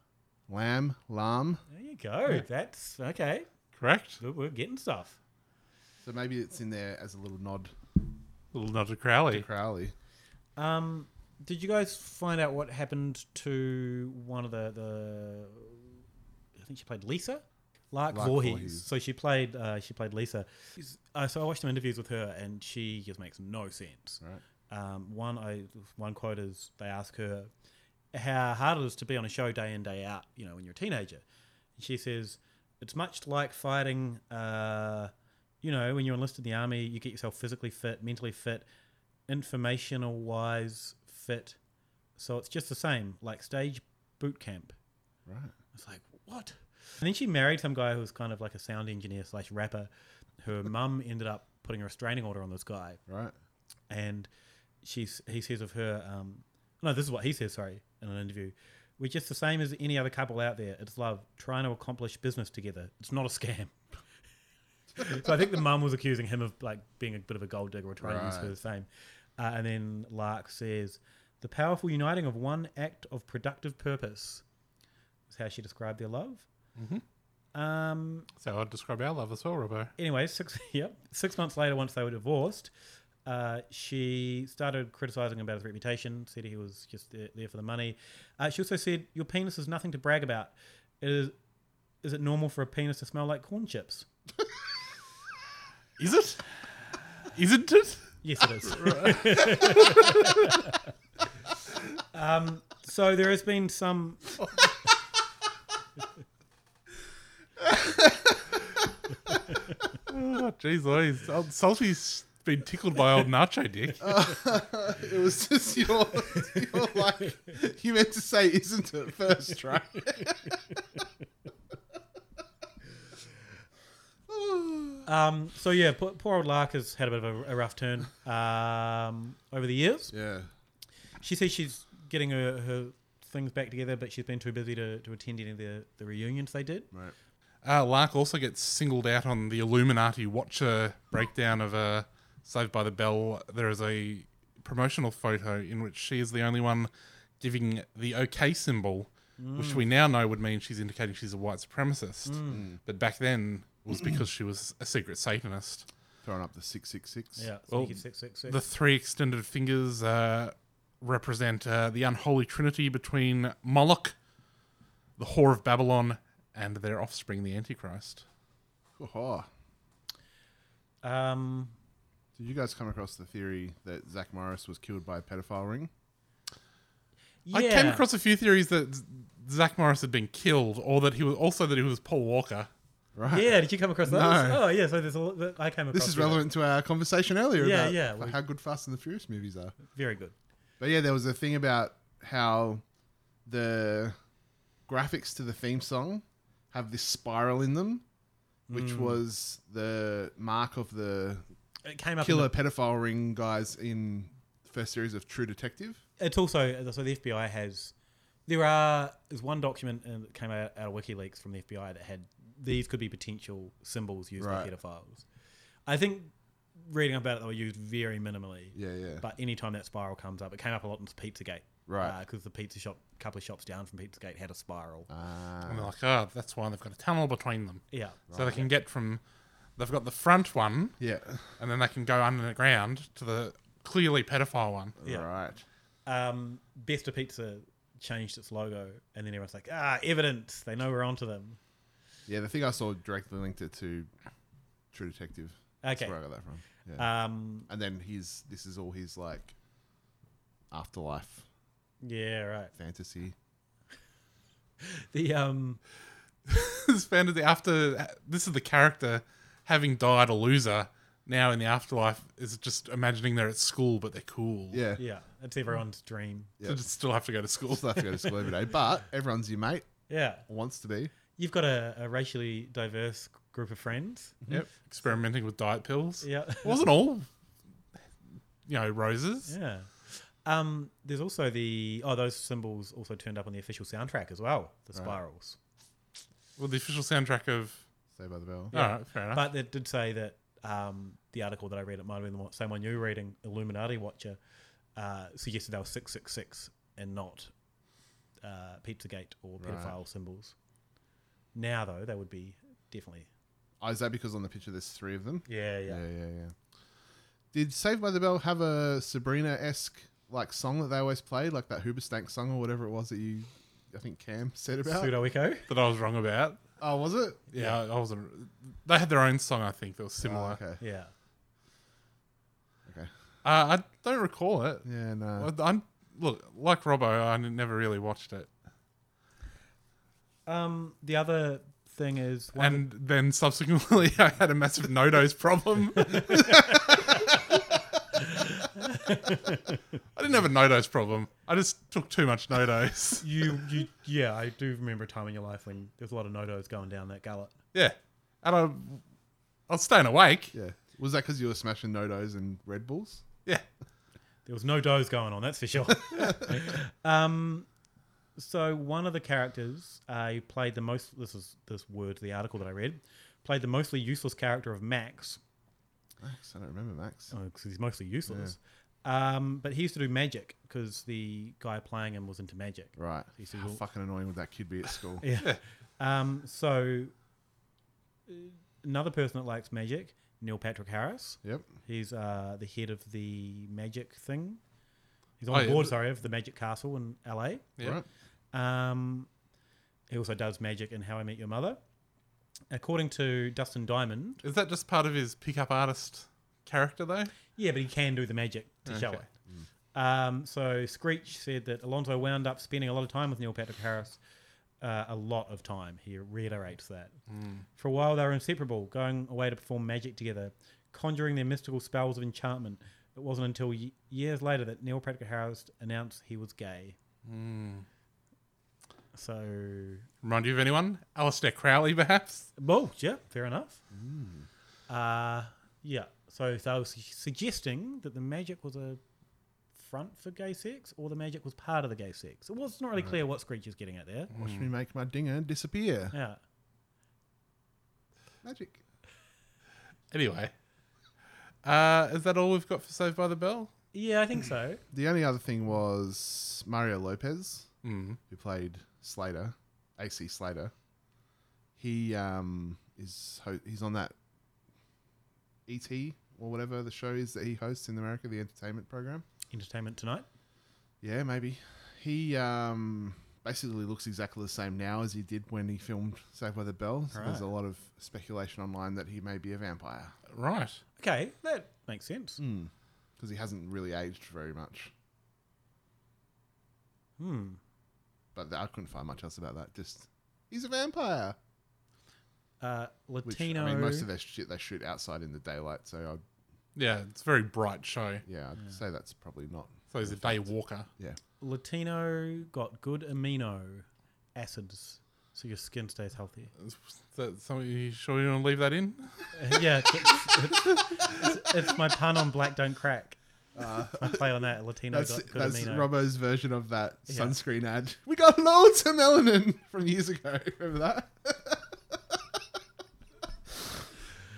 S7: Lamb, Lamb.
S6: there you go.
S7: Yeah.
S6: That's okay.
S5: Correct.
S6: We're, we're getting stuff.
S7: So maybe it's in there as a little nod
S5: Little nod to Crowley.
S7: to Crowley.
S6: Um, did you guys find out what happened to one of the the? I think she played Lisa, Lark,
S7: Lark
S6: Voorhees.
S7: Voorhees.
S6: So she played uh, she played Lisa. She's- Uh, so I watched some interviews with her, and she just makes no sense. Right. Um, one I one quote is they ask her how hard it is to be on a show day in day out. You know, when you're a teenager, and she says it's much like fighting. Uh, you know, when you're enlisted in the army, you get yourself physically fit, mentally fit, informational wise fit. So it's just the same, like stage boot camp.
S7: Right.
S6: It's like, what? And then she married some guy who was kind of like a sound engineer slash rapper. Her mum ended up putting a restraining order on this guy.
S7: Right.
S6: And she's he says of her, um, no, this is what he says. Sorry, in an interview, we're just the same as any other couple out there. It's love, trying to accomplish business together. It's not a scam. so I think the mum was accusing him of like being a bit of a gold digger or trying to use
S7: Right.
S6: her fame. Uh, and then Lark says, "The powerful uniting of one act of productive purpose." Is how she described their love. Mm-hmm. Um,
S5: so I'd describe our love as well, Robo.
S6: Anyway, six yep. Six months later, once they were divorced, uh, she started criticizing him about his reputation. Said he was just there, there for the money. Uh, she also said, "Your penis is nothing to brag about. It is. Is it normal for a penis to smell like corn chips?"
S5: Is it? Isn't it?
S6: Yes, it is. um, so there has been some.
S5: Oh, Jeez Louise. Old Salty's been tickled by old Nacho Dick.
S7: it was just your, your like you meant to say isn't it first try.
S6: Um, so yeah, poor, poor old Lark has had a bit of a, a rough turn um, over the years.
S7: Yeah.
S6: She says she's getting her, her things back together, but she's been too busy to, to attend any of the, the reunions they did.
S7: Right.
S5: Uh, Lark also gets singled out on the Illuminati Watcher breakdown of uh, Saved by the Bell. There is a promotional photo in which she is the only one giving the OK symbol, which
S6: Mm.
S5: we now know would mean she's indicating she's a white supremacist.
S6: Mm.
S5: But back then was because she was a secret Satanist.
S7: Throwing up the six six six.
S6: Yeah, sneaky 666.
S5: The three extended fingers uh, represent uh, the unholy trinity between Moloch, the whore of Babylon, and their offspring, the Antichrist.
S7: Oh,
S6: Um,
S7: did you guys come across the theory that Zach Morris was killed by a pedophile ring?
S5: I came
S6: Yeah.
S5: across a few theories that Z- Zach Morris had been killed, or that he was also that he was Paul Walker.
S6: Yeah, did you come across those?
S7: No.
S6: Oh yeah, so there's a lot that I came across.
S7: This is
S6: with it.
S7: relevant to our conversation earlier
S6: Yeah,
S7: about
S6: yeah,
S7: f- how good Fast and the Furious movies are.
S6: Very good.
S7: But yeah, there was a thing about how the graphics to the theme song have this spiral in them, which
S6: Mm.
S7: was the mark of the
S6: It came up in
S7: killer
S6: the-
S7: pedophile ring guys in the first series of True Detective.
S6: It's also so the FBI has there are there's one document uh, that came out, out of WikiLeaks from the FBI that had these could be potential symbols used by
S7: Right.
S6: pedophiles. I think reading about it they were used very minimally.
S7: Yeah, yeah.
S6: But anytime that spiral comes up, it came up a lot in Pizzagate.
S7: Right.
S6: Because the pizza shop, a couple of shops down from Pizzagate, had a spiral.
S7: Ah,
S5: And they're like, oh, that's why they've got a tunnel between them.
S6: Yeah.
S5: So they can get from, they've got the front one.
S7: Yeah.
S5: And then they can go underground to the clearly pedophile one.
S7: Right.
S6: Um, Best of Pizza changed its logo, and then everyone's like, ah, evidence. They know we're onto them.
S7: Yeah, the thing I saw directly linked it to True Detective. That's
S6: Okay.
S7: where I got that from. Yeah.
S6: Um,
S7: and then his this is all his like afterlife
S6: Yeah, right.
S7: fantasy.
S6: The um,
S5: it's found in the after. This is the character having died a loser. Now in the afterlife is just imagining they're at school, but they're cool.
S7: Yeah.
S6: Yeah, that's everyone's dream.
S5: So just still have to go to school.
S7: Still have to go to school every day, but everyone's your mate.
S6: Yeah.
S7: Or wants to be.
S6: You've got a, a racially diverse group of friends.
S5: Yep. Experimenting with diet pills.
S6: Yeah.
S5: It wasn't all, you know, roses.
S6: Yeah. Um, there's also the oh those symbols also turned up on the official soundtrack as well. The
S5: Right.
S6: spirals.
S5: Well, the official soundtrack of
S7: Saved by the Bell.
S5: All right, fair enough.
S6: But it did say that um, the article that I read, it might have been the one- same one you were reading, Illuminati Watcher, uh, suggested they were six six six and not uh, Pizzagate or
S7: Right.
S6: pedophile symbols. Now though, they would be definitely
S7: Oh, is that because on the picture there's three of them?
S6: Yeah,
S7: Yeah,
S6: yeah.
S7: yeah, yeah. Did Saved by the Bell have a Sabrina esque like song that they always played, like that Hoobastank song or whatever it was that you I think Cam said about?
S6: Pseudo Echo.
S5: that I was wrong about.
S7: Oh, was it?
S5: Yeah, I wasn't. They had their own song, I think, that was similar.
S7: okay.
S6: Yeah.
S7: Okay.
S5: Uh, I don't recall it.
S7: Yeah, no.
S5: I, am look, like Robbo, I n- never really watched it.
S6: Um, the other thing is
S5: and then subsequently, I had a massive no dose problem. I didn't have a no dose problem. I just took too much no dose.
S6: you, you, yeah, I do remember a time in your life when there was a lot of nodos going down that gullet.
S5: Yeah. And I, I was staying awake.
S7: Yeah. Was that because you were smashing Nodos and Red Bulls?
S5: Yeah.
S6: There was no doze going on, that's for sure. um, so one of the characters uh, played the most. This is this word, the article that I read, played the mostly useless character of Max.
S7: Max, I don't remember Max.
S6: Oh, 'cause he's mostly useless. Um, but he used to do magic because the guy playing him was into magic.
S7: Right.
S6: He used to
S7: How
S6: do-
S7: fucking annoying would that kid be at school?
S6: Yeah. um, so uh, another person that likes magic, Neil Patrick Harris.
S7: Yep.
S6: He's uh, the head of the magic thing. He's on
S5: Oh,
S6: the
S5: yeah.
S6: board, sorry, of the Magic Castle in LA.
S5: Yeah.
S6: Um, he also does magic in How I Met Your Mother. According to Dustin Diamond,
S5: Is that just part of his pickup artist character, though?
S6: yeah, but he can do the magic to show
S5: Okay.
S6: it. Um, so Screech said that Alonso wound up spending a lot of time with Neil Patrick Harris. Uh, a lot of time. He reiterates that.
S5: Mm.
S6: For a while, they were inseparable, going away to perform magic together, conjuring their mystical spells of enchantment. It wasn't until y- years later that Neil Patrick Harris announced he was gay.
S5: Mm.
S6: So,
S5: Remind you of anyone? Alistair Crowley, perhaps?
S6: well, yeah, fair enough. Uh, yeah. So, so I was suggesting that the magic was a front for gay sex, or the magic was part of the gay sex. It was not really clear what Screech is getting at there.
S7: Watch me make my dinger disappear.
S6: Yeah.
S7: Magic.
S5: Anyway, uh, is that all we've got for Saved by the Bell?
S6: Yeah, I think so.
S7: The only other thing was Mario Lopez,
S5: Mm.
S7: who played Slater, AC Slater. He um, is ho- he's on that ET or whatever the show is that he hosts in America, the entertainment program.
S6: Entertainment tonight.
S7: Yeah, maybe. He um, basically looks exactly the same now as he did when he filmed Saved by the Bell. So There's a lot of speculation online that he may be a vampire
S5: Right.
S6: Okay, that makes sense.
S7: Hmm. because he hasn't really aged very much.
S6: Hmm.
S7: But th- I couldn't find much else about that. Just he's a vampire.
S6: Uh,
S7: Which,
S6: Latino.
S7: I mean, most of their shit they shoot outside in the daylight, so I'd,
S5: Yeah, it's a very bright show.
S7: yeah, I'd say that's probably not.
S5: So he's a day walker.
S7: Yeah.
S6: Latino got good amino acids So your skin stays healthy.
S5: that something you sure you want to leave that in?
S6: yeah, it's, it's, it's, it's my pun on black don't crack.
S7: Uh,
S6: I play on that Latino.
S7: That's,
S6: got good
S7: that's
S6: amino.
S7: Robbo's version of that
S6: Yeah.
S7: sunscreen ad. We got loads of melanin from years ago. Remember that?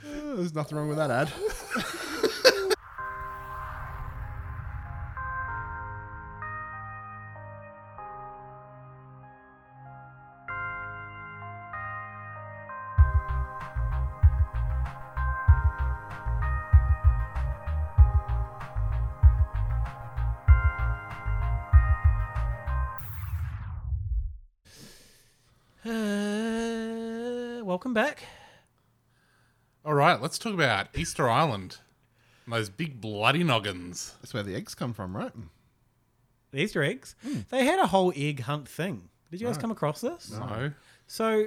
S7: Oh, There's nothing wrong with that ad.
S6: Uh, welcome back.
S5: All right, let's talk about Easter Island. And those big bloody noggins.
S7: That's where the eggs come from, right?
S6: The Easter eggs. They had a whole egg hunt thing. Did you guys
S7: No.
S6: come across this?
S5: No.
S6: So,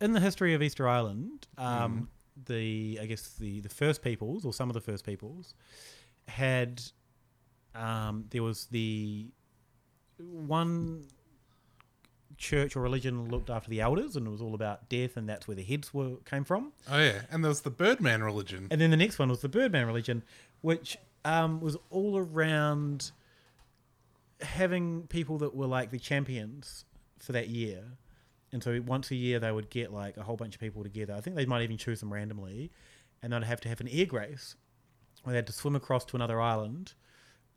S6: in the history of Easter Island, um, the I guess the the first peoples or some of the first peoples had um, there was the one church or religion looked after the elders and it was all about death and that's where the heads were came from.
S5: Oh yeah, and there was the Birdman religion.
S6: And then the next one was the Birdman religion, which um, was all around having people that were like the champions for that year. And so once a year, they would get like a whole bunch of people together. I think they might even choose them randomly. And they'd have to have an egg race where they had to swim across to another island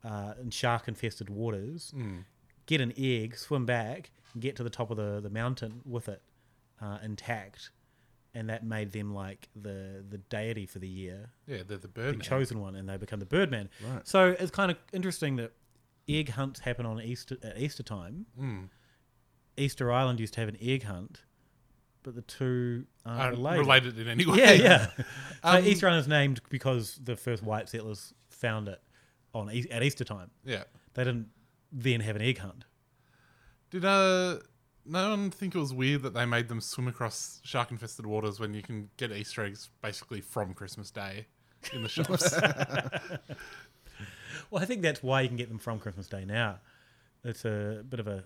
S6: uh, in shark infested waters,
S5: Mm.
S6: get an egg, swim back, and get to the top of the, the mountain with it uh, intact. And that made them like the, the deity for the year.
S5: Yeah, they're the
S6: bird
S5: Birdman.
S6: The chosen one, and they become the Birdman.
S5: Right.
S6: So it's kind of interesting that egg hunts happen on Easter at Easter time.
S5: Mm.
S6: Easter Island used to have an egg hunt, but the two
S5: Are
S6: aren't related.
S5: related in any way.
S6: Yeah, yeah. so
S5: Um,
S6: Easter Island is named because the first white settlers found it on Eas- at Easter time.
S5: Yeah.
S6: they didn't then have an egg hunt.
S5: Did uh no one think it was weird that they made them swim across shark infested waters when you can get Easter eggs basically from Christmas Day in the shops?
S6: Well, I think that's why you can get them from Christmas Day now. It's a bit of a,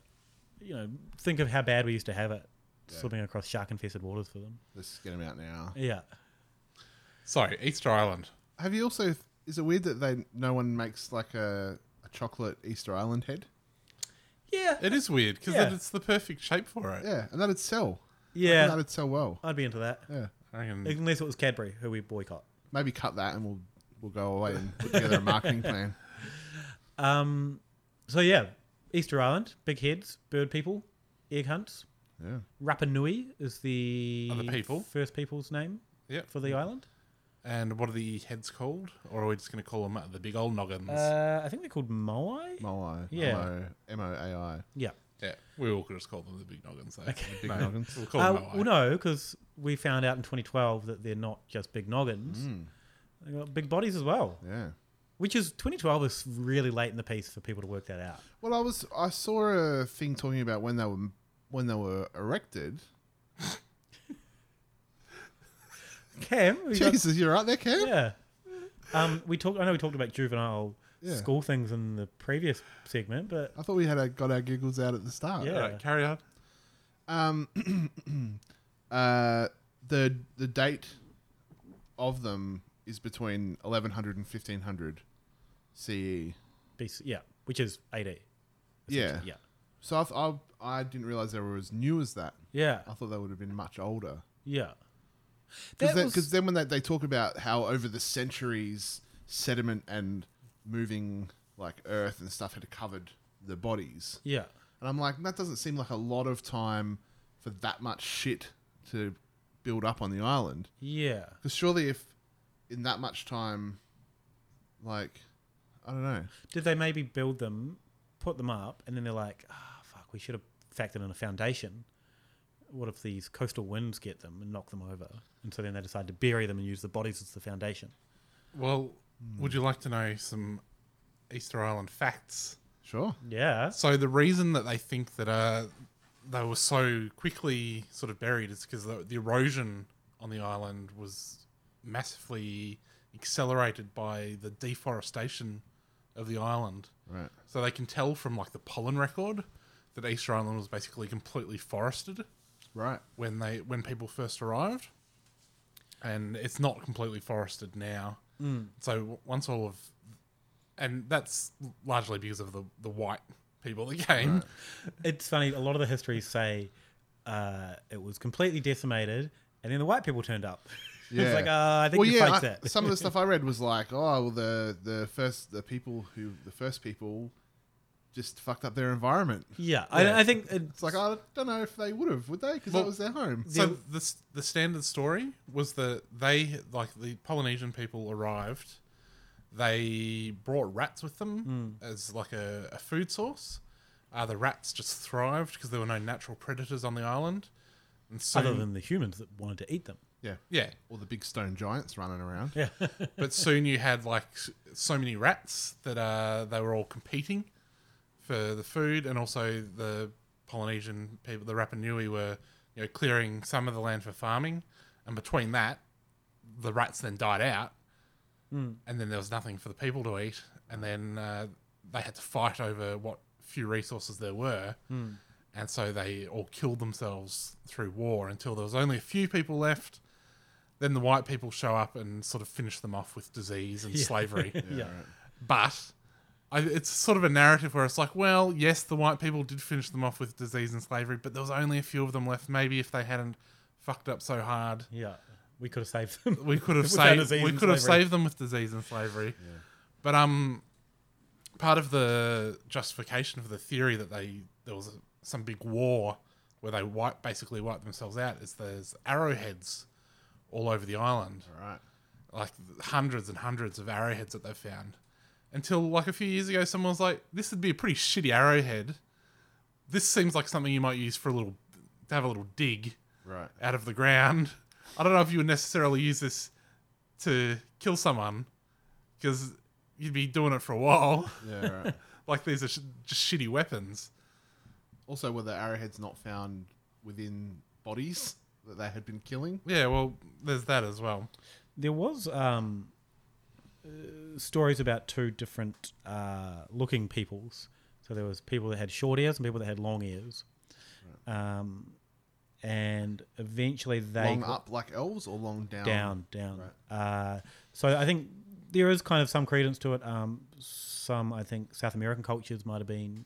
S6: you know, think of how bad we used to have it,
S7: Yeah.
S6: swimming across shark-infested waters for them.
S7: Let's get them out now.
S6: Yeah.
S5: Sorry, Easter Island.
S7: Have you also? Is it weird that they no one makes like a, a chocolate Easter Island head?
S6: Yeah.
S5: It is weird because
S7: Yeah.
S5: it's the perfect shape for it.
S7: Yeah, and that'd sell.
S6: Yeah.
S7: I think that'd sell well.
S6: I'd be into that.
S7: Yeah.
S6: Unless it was Cadbury, who we boycott.
S7: Maybe cut that and we'll we'll go away and put together a marketing plan.
S6: Um, so yeah, Easter Island, big heads, bird people, egg hunts.
S7: Yeah.
S6: Rapa Nui is the,
S5: Are the people.
S6: first people's name.
S5: Yep.
S6: for the island.
S5: And what are the heads called? Or are we just going to call them the big old noggins?
S6: Uh, I think they're called Moai.
S7: Moai.
S6: Yeah.
S7: Mo- M O A I.
S6: Yeah.
S5: yeah, we all could just call them the big noggins. Though.
S6: Okay.
S7: big
S5: No,
S7: noggins.
S5: We'll call
S6: Uh,
S5: them
S6: well, no, because we found out in 2012 that they're not just big noggins.
S5: Mm.
S6: They got big bodies as well.
S7: Yeah.
S6: Which is 2012 is really late in the piece for people to work that out.
S7: Well, I was I saw a thing talking about when they were when they were erected.
S6: Cam, we got-
S7: Jesus, you're right there, Cam.
S6: Yeah. Um, we talked. I know we talked about juvenile
S7: Yeah.
S6: school things in the previous segment, but
S7: I thought we had uh got our giggles out at the start.
S6: Yeah. Alright,
S5: carry on.
S7: Um, uh, the the date of them is between 1100 and 1500 CE.
S6: BC, yeah, which is AD.
S7: E. Yeah.
S6: essentially, yeah.
S7: So I've, I've, I didn't realize they were as new as that.
S6: Yeah.
S7: I thought they would have been much older.
S6: Yeah. That
S7: Because
S6: was-
S7: then when they, they talk about how over the centuries sediment and moving like earth and stuff had covered the bodies.
S6: Yeah.
S7: And I'm like, that doesn't seem like a lot of time for that much shit to build up on the island.
S6: Yeah.
S7: Because surely if in that much time, like, I don't know.
S6: Did they maybe build them, put them up, and then they're like, ah, fuck, we should have factored in a foundation. What if these coastal winds get them and knock them over? And so then they decide to bury them and use the bodies as the foundation. Hmm.
S5: Well, would you like to know some Easter Island facts?
S7: Sure.
S6: Yeah.
S5: So the reason that they think that uh, they were so quickly sort of buried is because the, the erosion Mm. on the island was massively accelerated by the deforestation of the island.
S7: Right.
S5: So they can tell from like the pollen record that Easter Island was basically completely forested.
S7: Right.
S5: When they when people first arrived, and it's not completely forested now.
S6: Mm.
S5: So once all of, and that's largely because of the the white people that came.
S6: It's funny. A lot of the histories say uh, it was completely decimated, and then the white people turned up. it's like uh, I think
S7: well,
S6: you
S7: yeah,
S6: faked
S7: I-
S6: that.
S7: some of the stuff I read was like, oh, well, the the first the people who the first people just fucked up their environment.
S6: Yeah, I- I think it's
S7: like I don't know if they would have, would they? Because
S5: Well,
S7: that was their home.
S5: So the s- the standard story was that they like the Polynesian people arrived. They brought rats with
S6: Hmm.
S5: them as like a, a food source. Uh, the rats just thrived because there were no natural predators on the island. And so,
S6: Other than the humans that wanted to eat them.
S7: yeah,
S5: yeah,
S7: all the big stone giants running around.
S6: Yeah,
S5: but soon you had like s- so many rats that uh, they were all competing for the food, and also the Polynesian people, the Rapa Nui, were you know clearing some of the land for farming, and between that, the rats then died out,
S6: Mm.
S5: and then there was nothing for the people to eat, and then uh, they had to fight over what few resources there were.
S6: Hmm.
S5: And so they all killed themselves through war until there was only a few people left. Then the white people show up and sort of finish them off with disease and
S6: Yeah.
S5: slavery.
S6: Yeah. Yeah, right.
S5: But I, it's sort of a narrative where it's like, well, yes, the white people did finish them off with disease and slavery, but there was only a few of them left. Maybe if they hadn't fucked up so hard,
S6: yeah, we could have saved them.
S5: we could have
S6: Without
S5: saved
S6: disease
S5: we
S6: and
S5: could have
S6: slavery.
S5: saved them with disease and slavery. But um, part of the justification for the theory that they there was some big war where they wipe basically wiped themselves out is there's arrowheads all over the island.
S7: Right.
S5: Like hundreds and hundreds of arrowheads that they found. Until like a few years ago, someone was like, "This would be a pretty shitty arrowhead. This seems like something you might use for a little to have a little dig
S7: Right.
S5: out of the ground. I don't know if you would necessarily use this to kill someone because you'd be doing it for a while.
S7: Yeah, right.
S5: like these are sh- just shitty weapons.
S7: Also, were the arrowheads not found within bodies that they had been killing?
S5: Yeah, well, there's that as well.
S6: There was um, uh, stories about two different uh, looking peoples. So there was people that had short ears and people that had long ears. Um, and eventually they
S7: long
S6: got-
S7: up like elves or long down?
S6: down, down. Uh, so I think there is kind of some credence to it. Um, some I think South American cultures might have been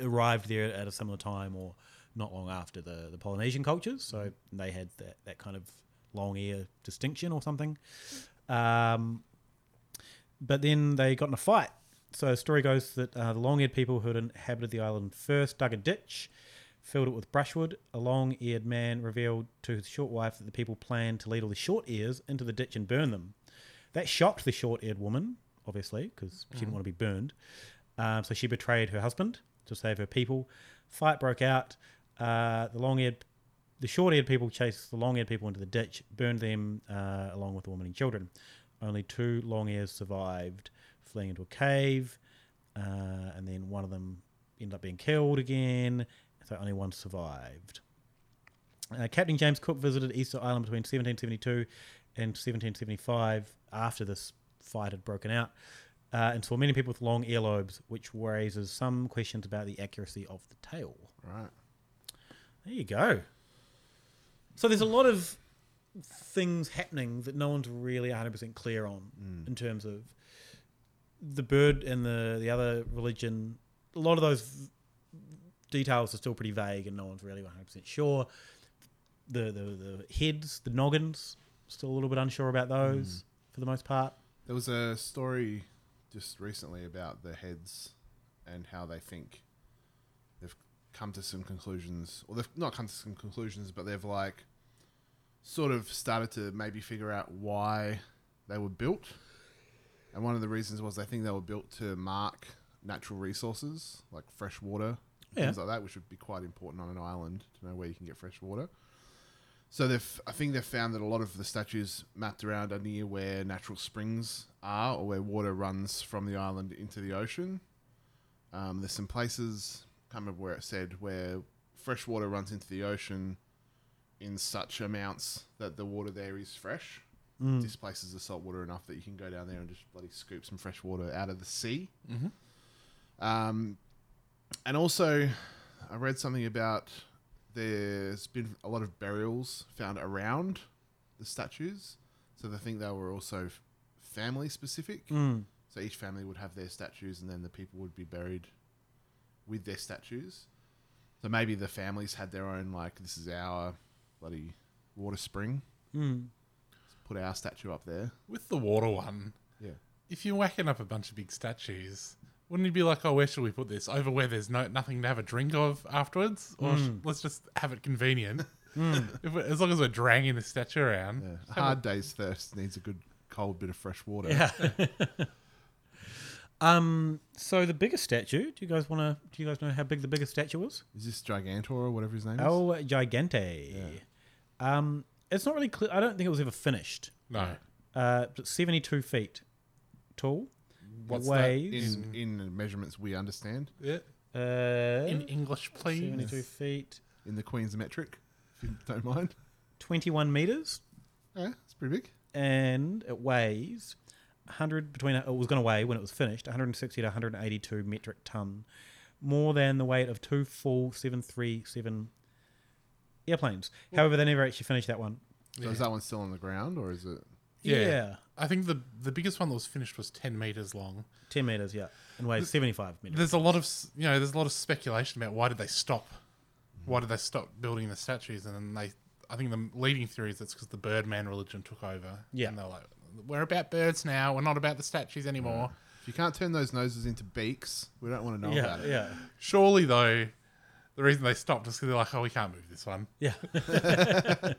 S6: arrived there at a similar time or not long after the, the Polynesian cultures. So they had that, that kind of long ear distinction or something. Um, but then they got in a fight. So the story goes that uh, the long-eared people who had inhabited the island first dug a ditch, filled it with brushwood. A long-eared man revealed to his short wife that the people planned to lead all the short ears into the ditch and burn them. That shocked the short-eared woman, obviously, because she
S8: Mhm.
S6: didn't want to be burned. Um, so she betrayed her husband to save her people. Fight broke out. Uh, the long-eared, the short-eared people chased the long-eared people into the ditch, burned them uh, along with the woman and children. Only two long ears survived, fleeing into a cave, uh, and then one of them ended up being killed again. So only one survived. Uh, Captain James Cook visited Easter Island between 1772 and 1775 after this fight had broken out uh, and saw many people with long earlobes, which raises some questions about the accuracy of the tale.
S7: Right.
S6: There you go. So there's a lot of things happening that no one's really 100% clear on in terms of the bird and the, the other religion. A lot of those v- details are still pretty vague and no one's really 100% sure. The, the, the heads, the noggins, still a little bit unsure about those for the most part.
S7: There was a story just recently about the heads and how they think they've come to some conclusions, or they've not come to some conclusions, but they've like sort of started to maybe figure out why they were built. And one of the reasons was they think they were built to mark natural resources like fresh water,
S6: Yeah.
S7: things like that, which would be quite important on an island to know where you can get fresh water. So they've, I think they've found that a lot of the statues mapped around are near where natural springs are, or where water runs from the island into the ocean. Um, there's some places, can't remember where it said, where fresh water runs into the ocean in such amounts that the water there is fresh.
S6: Mm.
S7: Displaces the salt water enough that you can go down there and just bloody scoop some fresh water out of the sea.
S5: Mhm.
S7: Um, and also, I read something about there's been a lot of burials found around the statues. So they think they were also f- family specific.
S6: Mm.
S7: So each family would have their statues, and then the people would be buried with their statues. So maybe the families had their own like this is our bloody water spring.
S6: Mm.
S7: Let's put our statue up there.
S5: With the water one,
S7: Yeah.
S5: if you're whacking up a bunch of big statues, wouldn't you be like, oh, where should we put this? Over where there's no nothing to have a drink of afterwards? Or sh-
S7: Mm.
S5: let's just have it convenient.
S6: Hmm.
S7: Mm.
S5: If we- as long as we're dragging the statue around.
S7: A hard day's thirst needs a good cold bit of fresh water.
S6: Yeah. um. So the biggest statue. Do you guys want to? Do you guys know how big the biggest statue was?
S7: Is this Gigantor or whatever his name is?
S5: Oh,
S6: El Gigante. Um. It's not really clear. I don't think it was ever finished.
S5: No.
S6: Uh. but Seventy-two feet tall.
S7: What's
S6: weighs
S7: that in, in measurements we understand?
S5: Yeah.
S6: Uh,
S5: In English, please.
S6: Seventy-two feet.
S7: In the Queen's metric, if you don't mind.
S6: 21 meters.
S7: Yeah, it's pretty big.
S6: And it weighs 100 between it was going to weigh when it was finished 160 to 182 metric ton, more than the weight of two full 737 airplanes. However, they never actually finished that one.
S7: So is that one still on the ground or is it?
S6: Yeah.
S5: I think the the biggest one that was finished was 10 meters long.
S6: 10 meters, yeah, and weighs 75 meters.
S5: There's a lot of s- you know, there's a lot of speculation about why did they stop? Why did they stop building the statues? And then they, I think the leading theory is that's because the Birdman religion took over.
S6: Yeah.
S5: and they're like, we're about birds now. We're not about the statues anymore.
S7: If you can't turn those noses into beaks, we don't want to know about it.
S5: Surely though, the reason they stopped is because they're like, oh, we can't move this one.
S6: Yeah.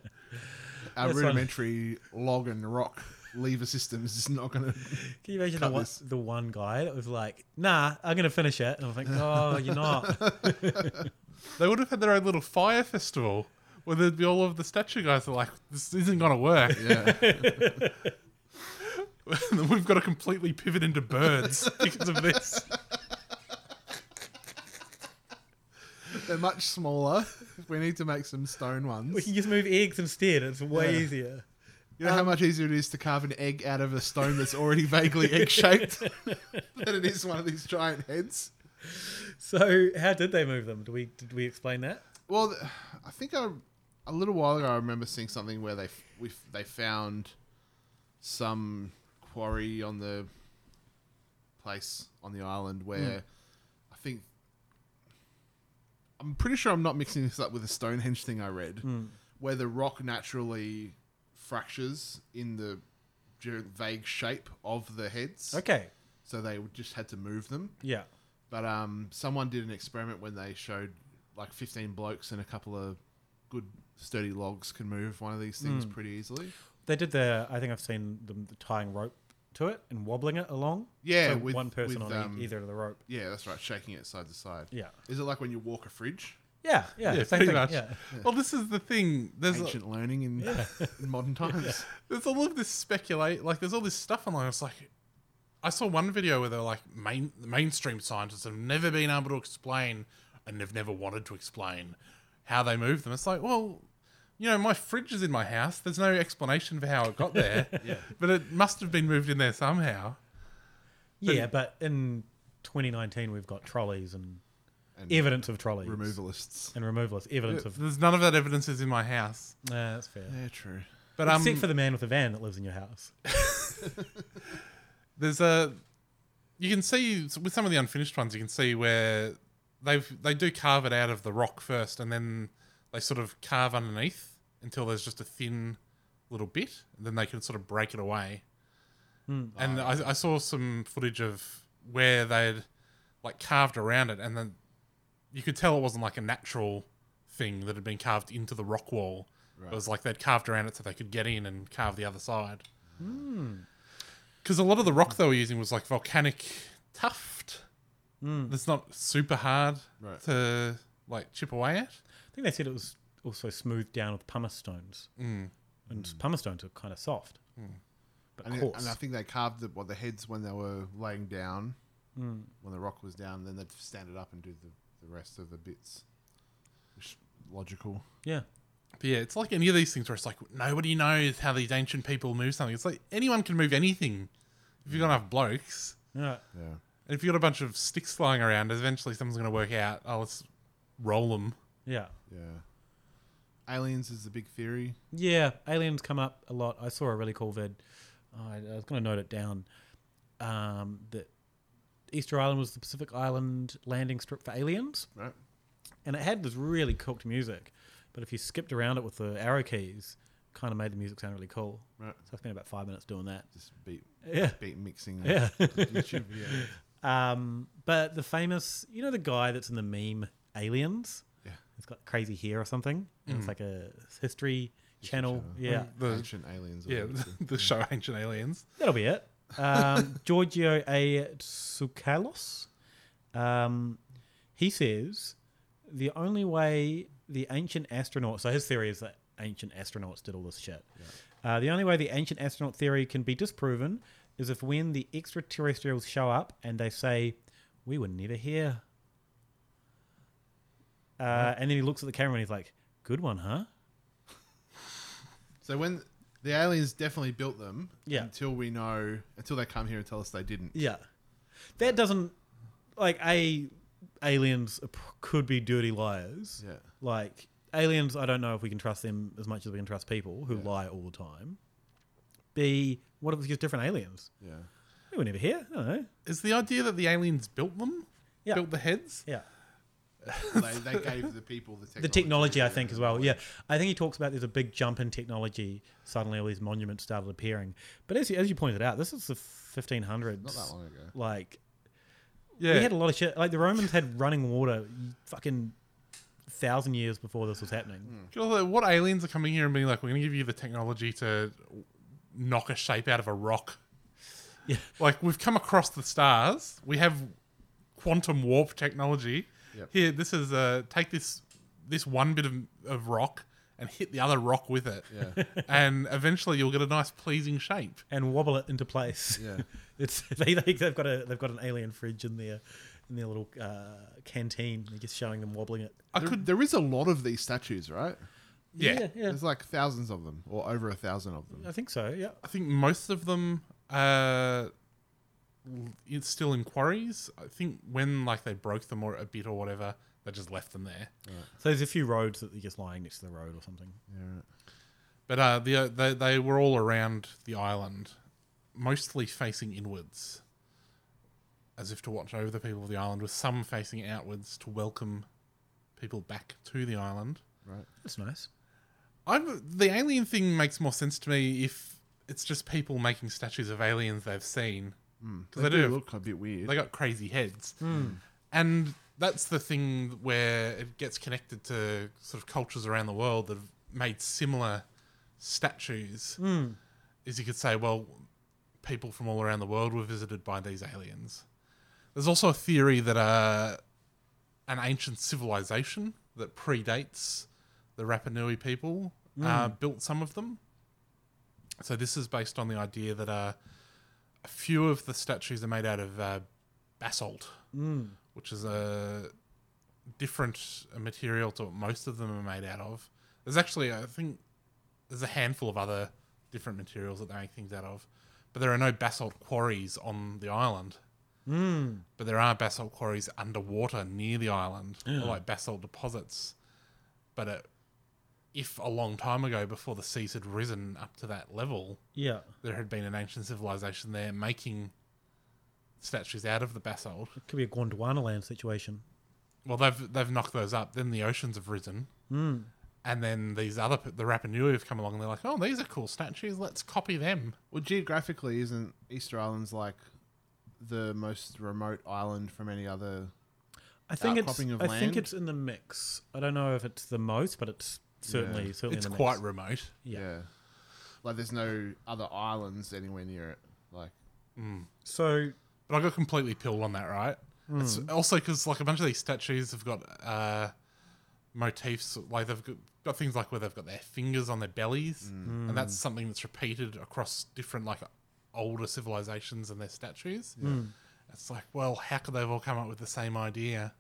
S7: Our
S6: That's
S7: rudimentary log and rock lever systems is not going to.
S6: Can you imagine the one, the one guy that was like, nah, I'm going to finish it? And I'm like, oh, you're not.
S5: they would have had their own little fire festival where there'd be all of the statue guys that are like, this isn't going to work.
S7: Yeah.
S5: We've got to completely pivot into birds because of this.
S7: They're much smaller. We need to make some stone ones.
S6: we can just move eggs instead. It's way
S7: Yeah.
S6: easier.
S7: You know how much easier it is to carve an egg out of a stone that's already vaguely egg shaped than it is one of these giant heads?
S6: So, how did they move them? Do we did we explain that?
S7: Well, th- I think I, a little while ago I remember seeing something where they f- we f- they found some quarry on the place on the island
S6: Hmm.
S7: where I think I'm pretty sure I'm not mixing this up with the Stonehenge thing I read,
S6: Hmm.
S7: where the rock naturally fractures in the ge- vague shape of the heads.
S6: Okay.
S7: So they would- just had to move them.
S6: Yeah.
S7: But um, someone did an experiment when they showed like 15 blokes and a couple of good sturdy logs can move one of these things
S5: Hmm.
S6: Mm.
S7: pretty easily.
S6: They did the. I think I've seen them tying rope to it and wobbling it along.
S7: Yeah,
S6: so
S7: with
S6: one person
S7: with,
S6: on e-
S7: um,
S6: either of the rope.
S7: Yeah, that's right. Shaking it side to side.
S6: Yeah.
S7: Is it like when you walk a fridge?
S6: Yeah, yeah, Yeah, same pretty thing, much. yeah.
S5: Well, this is the thing. There's
S7: ancient
S5: a,
S7: learning in, in modern times.
S5: There's all of this speculate. Like there's all this stuff online. It's like I saw one video where they're like main mainstream scientists have never been able to explain and have never wanted to explain how they move them. It's like well. You know, my fridge is in my house. There's no explanation for how it got there,
S6: Yeah.
S5: but it must have been moved in there somehow.
S6: Yeah, but in 2019 we've got trolleys and,
S7: And
S6: evidence of trolleys,
S7: removalists
S6: and removalists, evidence of.
S5: There's none of that evidence is in my house.
S6: Nah, that's fair.
S7: Yeah, true.
S5: But um,
S6: except for the man with the van that lives in your house.
S5: there's a you can see with some of the unfinished ones you can see where they've they do carve it out of the rock first and then they sort of carve underneath until there's just a thin little bit and then they can sort of break it away
S6: Hmm.
S5: and I, I saw some footage of where they'd like carved around it and then you could tell it wasn't like a natural thing that had been carved into the rock wall
S6: Right.
S5: it was like they'd carved around it so they could get in and carve the other side
S6: Hmm.
S5: because a lot of the rock they were using was like volcanic tuft.
S6: Mm.
S5: That's not super hard
S6: Right.
S5: to like chip away at.
S6: I think they said it was also smoothed down with pumice stones,
S5: Mm.
S6: and pumice stones are kind of soft,
S5: Hmm.
S6: but
S7: And, it-
S6: coarse.
S7: and I think they carved the, well, the heads when they were laying down,
S6: Mm.
S7: when the rock was down, then they'd stand it up and do the, the rest of the bits. Which, logical.
S6: Yeah.
S5: But yeah, it's like any of these things where it's like nobody knows how these ancient people move something. It's like anyone can move anything if you're gonna have blokes.
S6: Yeah.
S7: Yeah.
S5: And if you've got a bunch of sticks flying around, eventually someone's gonna work out. Oh, let's roll them.
S6: Yeah.
S7: Yeah. aliens is the big theory.
S6: Yeah, aliens come up a lot. I saw a really cool vid. I, I was going to note it down. Um, that Easter Island was the Pacific Island landing strip for aliens.
S7: Right.
S6: And it had this really cooked music, but if you skipped around it with the arrow keys, kind of made the music sound really cool.
S7: Right.
S6: So I spent about five minutes doing that.
S7: Just beat,
S6: yeah.
S7: beat mixing.
S6: Yeah.
S7: YouTube videos.
S6: Um, but the famous, you know, the guy that's in the meme Aliens.
S7: Yeah.
S6: He's got crazy hair or something. and It's
S5: Mm.
S6: like a history channel. Yeah.
S7: The ancient aliens. or
S5: Yeah,
S7: whatever.
S5: the show Ancient Aliens.
S6: That'll be it. Um, Giorgio A. Tsoukalos. Um, he says the only way the ancient astronauts, so his theory is that ancient astronauts did all this shit. Uh, the only way the ancient astronaut theory can be disproven is if when the extraterrestrials show up and they say, We were never here. Uh, And then he looks at the camera and he's like, Good one, huh?
S7: So when the aliens definitely built them,
S6: Yeah.
S7: Until we know, until they come here and tell us they didn't.
S6: Yeah, that doesn't like a aliens p- could be dirty liars.
S7: Yeah.
S6: like aliens, I don't know if we can trust them as much as we can trust people who lie all the time. B, what if it's just different aliens?
S7: Yeah,
S6: we were never here. I don't know.
S5: Is the idea that the aliens built them?
S6: Yeah.
S5: Built the heads?
S6: Yeah.
S7: they, they gave the people the technology.
S6: The technology, I think, as well. Yeah, I think he talks about there's a big jump in technology. Suddenly, all these monuments started appearing. But as you, as you pointed out, this is the 1500s.
S7: Not that long ago.
S6: Like,
S5: Yeah.
S6: we had a lot of shit. Like the Romans had running water, fucking thousand years before this was happening.
S7: Hmm.
S5: God, What aliens are coming here and being like, we're going to give you the technology to knock a shape out of a rock?
S6: Yeah.
S5: Like, we've come across the stars. We have quantum warp technology.
S7: Yep.
S5: Here, this is uh, take this this one bit of, of rock and hit the other rock with it.
S7: Yeah.
S5: and eventually you'll get a nice, pleasing shape.
S6: and wobble it into place.
S7: Yeah.
S6: it's they, they they've got a they've got an alien fridge in their in their little uh, canteen. They're just showing them wobbling it.
S7: I could. There is a lot of these statues, right?
S5: Yeah. Yeah,
S7: There's like thousands of them, or over a thousand of them.
S6: I think so. Yeah.
S5: I think most of them uh, l- it's still in quarries. I think when like they broke them or a bit or whatever, they just left them there.
S6: So there's a few roads that they're just lying next to the road or something.
S7: Yeah.
S5: But uh, the, uh, they they were all around the island, mostly facing inwards, as if to watch over the people of the island. With some facing outwards to welcome people back to the island.
S7: Right.
S6: That's nice.
S5: I've, the alien thing makes more sense to me if it's just people making statues of aliens they've seen.
S7: Mm.
S5: 'Cause
S7: They do
S5: have-
S7: look a bit weird.
S5: They got crazy heads.
S6: Hmm.
S7: Mm.
S5: And that's the thing where it gets connected to sort of cultures around the world that have made similar statues.
S6: Mm.
S5: Is you could say, well, people from all around the world were visited by these aliens. There's also a theory that uh, an ancient civilization that predates the Rapa Nui people uh,
S6: Mm.
S5: built some of them. So this is based on the idea that uh, a few of the statues are made out of uh, basalt,
S6: Mm.
S5: which is a different material to what most of them are made out of. There's actually, I think, there's a handful of other different materials that they make things out of, but there are no basalt quarries on the island.
S6: Mm.
S5: But there are basalt quarries underwater near the island,
S6: Yeah.
S5: or like basalt deposits. But it, if a long time ago, before the seas had risen up to that level,
S6: Yeah.
S5: there had been an ancient civilization there making statues out of the basalt.
S6: Could be a Gondwana land situation.
S5: Well, they've they've knocked those up. Then the oceans have risen,
S6: Mm.
S5: and then these other p- the Rapa Nui have come along, and they're like, "Oh, these are cool statues. Let's copy them."
S7: Well, geographically, isn't Easter Island's like the most remote island from any other?
S6: I think it's
S7: outcropping Uh, of
S6: I
S7: land?
S6: think it's in the mix. I don't know if it's the most, but it's certainly
S7: Yeah.
S6: certainly
S5: It's
S6: in the
S5: quite
S6: mix.
S5: remote.
S6: Yeah.
S7: Like, there's no other islands anywhere near it. Like,
S6: So,
S5: but I got completely pilled on that, right? It's
S7: Mm.
S5: also because like a bunch of these statues have got uh, motifs, like they've got, got things like where they've got their fingers on their bellies,
S6: Mm.
S5: and that's something that's repeated across different like older civilizations and their statues.
S6: Yeah. Mm.
S5: It's like, well, how could they've all come up with the same idea?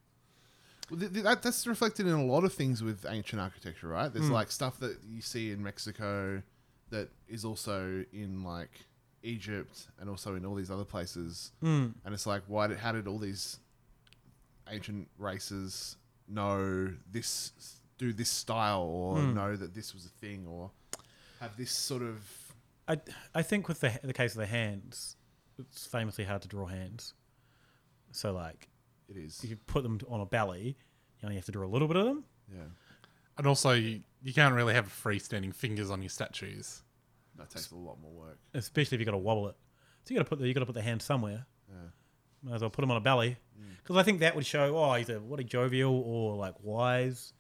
S7: Well, th- th- that, that's reflected in a lot of things with ancient architecture, right? There's
S5: Mm.
S7: like stuff that you see in Mexico that is also in like Egypt and also in all these other places.
S6: Mm.
S7: And it's like, why did, how did all these ancient races know this do this style or
S5: Hmm.
S6: Mm.
S7: know that this was a thing or have this sort of
S6: I, I think with the the case of the hands, it's famously hard to draw hands. So like,
S7: it is.
S6: If you put them on a belly, you only have to draw a little bit of them.
S7: Yeah.
S5: And also, you, you can't really have freestanding fingers on your statues.
S7: That takes a lot more work.
S6: especially if you got to wobble it. So you got to put the you got to put the hand somewhere.
S7: Yeah.
S6: Might as well put him on a belly,
S5: Mm.
S6: because I think that would show oh he's a what a jovial or like wise,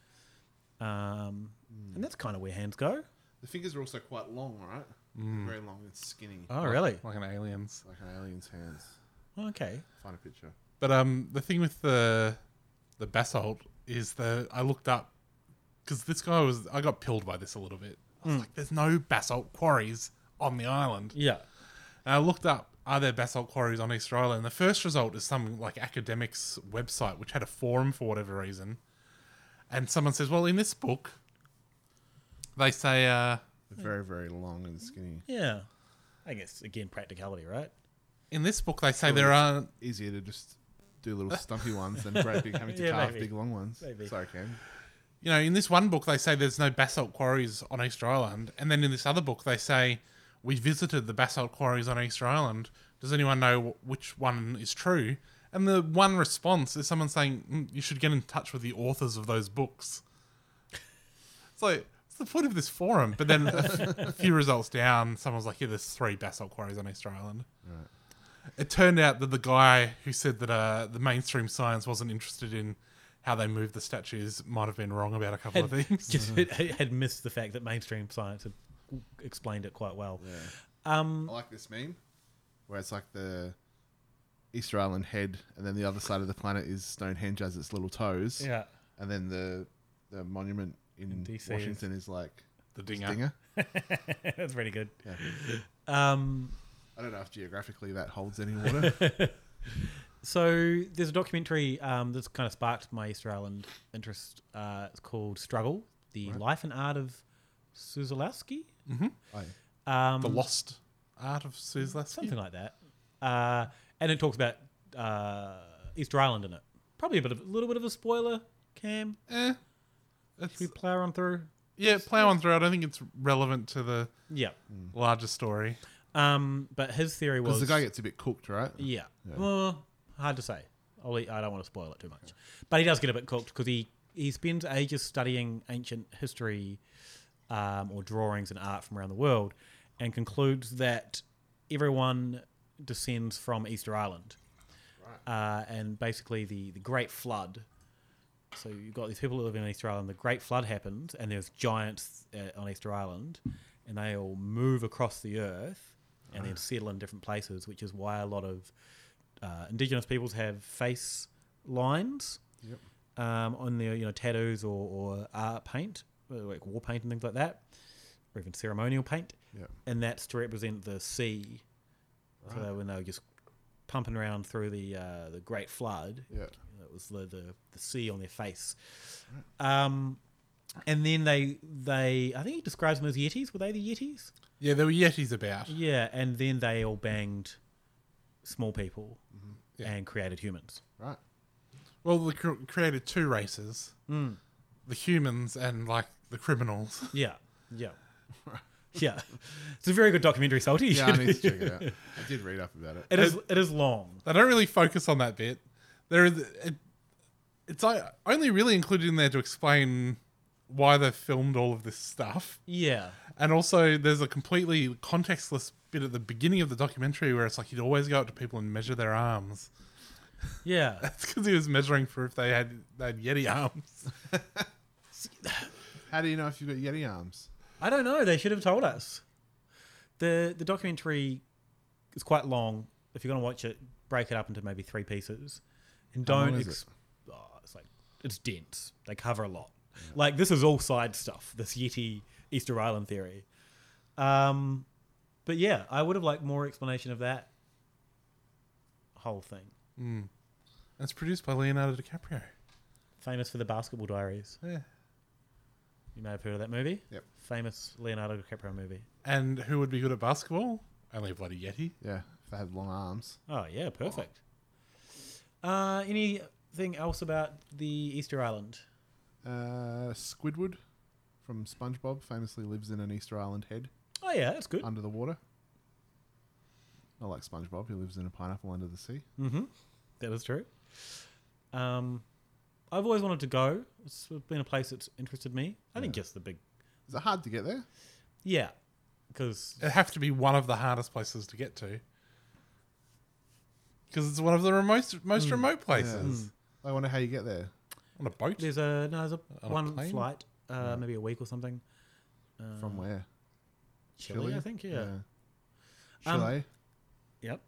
S6: um,
S5: Mm.
S6: and that's kind of where hands go.
S7: The fingers are also quite long, right?
S5: Hmm.
S6: Mm.
S7: Very long and skinny.
S5: Uh.
S6: Oh, really?
S5: Like an alien's.
S7: Like an alien's hands.
S6: Okay.
S7: Find a picture.
S5: But um, the thing with the the basalt is that I looked up because this guy was I got pilled by this a little bit. I
S7: Hmm.
S5: was
S6: Mm.
S5: like, "There's no basalt quarries on the island."
S6: Yeah.
S5: And I looked up, "Are there basalt quarries on Easter Island?" And the first result is some like academics website which had a forum for whatever reason, and someone says, "Well, in this book, they say uh,
S7: very very long and skinny."
S6: Yeah, I guess again practicality, right?
S5: In this book, they say
S7: Surely
S5: there
S7: it's
S5: are
S7: easier to just do little stumpy ones than great big having to
S6: Yeah,
S7: carve
S6: maybe.
S7: big long ones.
S6: Maybe.
S7: Sorry, Cam.
S5: you know, in this one book they say there's no basalt quarries on Easter Island, and then in this other book they say we visited the basalt quarries on Easter Island. Does anyone know wh- which one is true? And the one response is someone saying mm, you should get in touch with the authors of those books. It's like what's the point of this forum? But then a few results down, someone's like, yeah, there's three basalt quarries on Easter Island.
S7: Right.
S5: It turned out that the guy who said that uh, the mainstream science wasn't interested in how they moved the statues might have been wrong about a couple
S6: Had,
S5: of things.
S6: just, had missed the fact that mainstream science had explained it quite well. Um,
S7: I like this meme where it's like the Easter Island head, and then the other side of the planet is Stonehenge as its little toes.
S6: Yeah.
S7: and then the the monument in,
S6: In DC is-
S7: Washington is like
S5: The
S7: this
S5: dinger.
S6: That's pretty good. Um,
S7: I don't know if geographically that holds any water.
S6: so there's a documentary um, that's kind of sparked my Easter Island interest. Uh, it's called Struggle: The
S5: Right.
S6: Life and Art of Suzalowski.
S5: Mhm.
S7: Oh,
S6: Um,
S5: The Lost Art of Suzalowski,
S6: something like that. Uh, and it talks about uh, Easter Island in it. Probably a bit of a little bit of a spoiler, Cam.
S5: Eh,
S6: Should we plow on through?
S5: Yeah, plow on through. I don't think it's relevant to the
S6: Yeah.
S5: larger story.
S6: Um, but his theory
S7: Mm. Because
S6: was
S7: the guy gets a bit cooked, right?
S6: Yeah.
S7: Yeah.
S6: Well, hard to say. I'll, I don't want to spoil it too much. But he does get a bit cooked because he, he spends ages studying ancient history um, or drawings and art from around the world and concludes that everyone descends from Easter Island. Uh, and basically, the, the Great Flood. So you've got these people that live in Easter Island. The Great Flood happens, and there's giants uh, on Easter Island, and they all move across the earth and then
S8: Ah.
S6: settle in different places, which is why a lot of uh, Indigenous peoples have face lines
S8: Yep.
S6: um, on their you know tattoos or, or art paint, uh, like war paint and things like that, or even ceremonial paint.
S7: Yep.
S6: And that's to represent the sea. So
S7: Right.
S6: when they were just pumping around through the uh, the Great Flood,
S7: Yeah.
S6: it was the, the the sea on their face. Um, and then they they I think he describes them as Yetis. Were they the Yetis?
S5: Yeah, there were Yetis about.
S6: Yeah, and then they all banged small people
S7: Mm-hmm.
S5: Yeah.
S6: and created humans.
S7: Right.
S5: Well, they cr- created two races
S7: Hmm.
S6: Mm.
S5: the humans and, like, the criminals.
S6: Yeah, yeah, yeah. It's a very good documentary, Salty. You
S7: Yeah, I
S6: should-
S7: need to check it out. I did read up about it.
S6: It is it is long.
S5: They don't really focus on that bit. There is it, it's like only really included in there to explain why they filmed all of this stuff.
S6: Yeah.
S5: And also there's a completely contextless bit at the beginning of the documentary where it's like he'd always go up to people and measure their arms.
S6: Yeah.
S5: That's because he was measuring for if they had they had Yeti arms.
S7: How do you know if you've got Yeti arms?
S6: I don't know. They should have told us. the The documentary is quite long. If you're going to watch it, break it up into maybe three pieces, and
S7: How long
S6: don't.
S7: is
S6: Ex- oh, it's like it's dense. They cover a lot. Like this is all side stuff. This Yeti Easter Island theory. Um, but yeah, I would have liked more explanation of that whole thing.
S5: Mm. It's produced by Leonardo DiCaprio.
S6: Famous for the Basketball Diaries.
S5: Yeah.
S6: You may have heard of that movie.
S7: Yep.
S6: Famous Leonardo DiCaprio movie.
S5: And who would be good at basketball? Only a bloody Yeti.
S7: Yeah, if they have long arms.
S6: Oh yeah, perfect. Uh, anything else about the Easter Island?
S7: Uh, Squidward from SpongeBob famously lives in an Easter Island head.
S6: Oh, yeah, that's good.
S7: Under the water. I like SpongeBob. He lives in a pineapple under the sea.
S6: Mm-hmm. That is true. Um, I've always wanted to go. It's been a place that's interested me. I think just the big.
S7: Is it hard to get there?
S6: Yeah, because
S5: It'd have to be one of the hardest places to get to. Because it's one of the remote, most
S7: Mm.
S5: remote
S7: Yeah.
S5: places.
S7: Mm. I wonder how you get there.
S5: On a boat?
S6: Hmm. There's a no, there's a
S5: On a
S6: one
S5: plane?
S6: flight, uh,
S5: Yeah.
S6: maybe a week or something. Uh,
S7: From where?
S6: Chile, I think. Yeah. Um,
S7: Chile.
S6: Yep.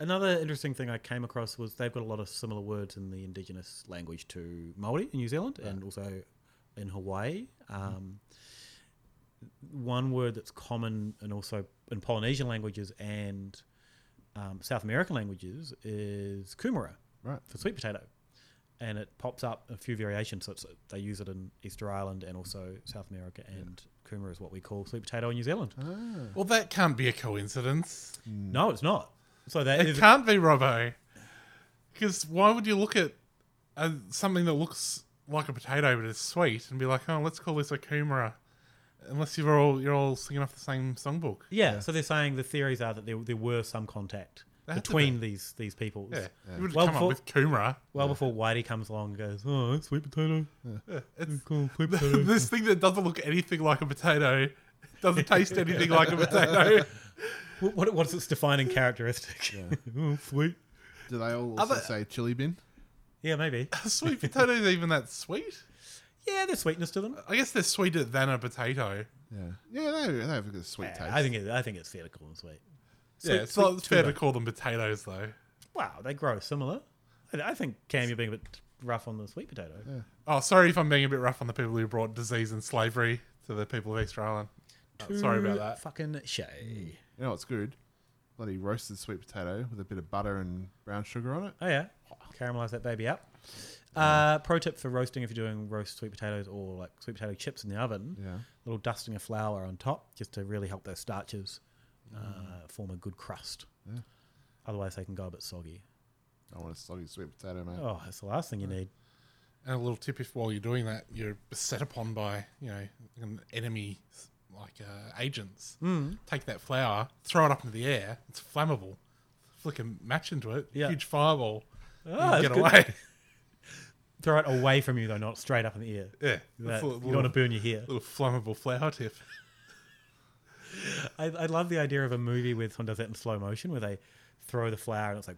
S6: Another interesting thing I came across was they've got a lot of similar words in the indigenous language to Maori in New Zealand and also in Hawaii. Um, One word that's common and also in Polynesian languages and um, South American languages is kumara
S7: right.
S6: for sweet potato. And it pops up a few variations. So it's, they use it in Easter Island and also South America. And kumara is what we call sweet potato in New Zealand.
S5: Well, that can't be a coincidence.
S6: No, it's not. So that
S5: it
S6: is-
S5: can't be Robbo. Because why would you look at uh, something that looks like a potato but is sweet and be like, oh, let's call this a kumara, unless you're all you're all singing off the same songbook.
S6: Yeah, so they're saying the theories are that there, there were some contact
S5: There had to
S6: between
S5: be.
S6: these these peoples.
S5: Yeah, you would've come up with Coomera.
S6: Well, before Whitey comes along and goes, oh, sweet potato.
S5: Yeah,
S6: We call it sweet potato.
S5: this thing that doesn't look anything like a potato doesn't taste anything like a potato.
S6: What- what, what's its defining characteristic? oh, sweet.
S7: Do they all also
S5: Other-
S7: say chili bin?
S6: Yeah, maybe.
S5: sweet potatoes even that sweet?
S6: Yeah, there's sweetness to them.
S5: I guess they're sweeter than a potato.
S7: Yeah, yeah, they, they have a good sweet taste.
S6: I think it, I think it's fair to call them sweet.
S5: Yeah,
S6: Sweet-
S5: it's, not-
S6: sweet
S5: it's fair to
S6: tuber.
S5: call them potatoes though.
S6: Wow, they grow similar. I, I think Cam, you're being a bit rough on the sweet potato.
S5: Oh, sorry if I'm being a bit rough on the people who brought disease and slavery to the people of Easter Island. Oh, sorry
S6: Too
S5: about that.
S6: Fucking shay.
S7: You know what's good? Bloody roasted sweet potato with a bit of butter and brown sugar on it.
S6: Oh yeah, caramelize that baby up.
S5: Mm.
S6: Uh, pro tip for roasting: if you're doing roast sweet potatoes or like sweet potato chips in the oven,
S7: Yeah.
S6: little dusting of flour on top just to really help those starches
S5: Mm.
S6: uh, form a good crust.
S7: Yeah.
S6: Otherwise, they can go a bit soggy.
S7: I want a soggy sweet potato, mate.
S6: Oh, that's the last thing you need.
S5: And a little tip: if while you're doing that, you're beset upon by you know an enemy like uh, agents,
S6: Mm.
S5: take that flower, throw it up into the air. It's flammable. Flick a match into it,
S6: Yeah.
S5: huge fireball,
S6: Ah,
S5: and you
S6: that's
S5: get
S6: good.
S5: away.
S6: Throw it away from you though, not straight up in the air.
S5: yeah,
S6: That-
S5: That's a
S6: you don't want to burn your hair.
S5: Little flammable flower tip.
S6: I, I love the idea of a movie where someone does that in slow motion, where they throw the flower and it's like,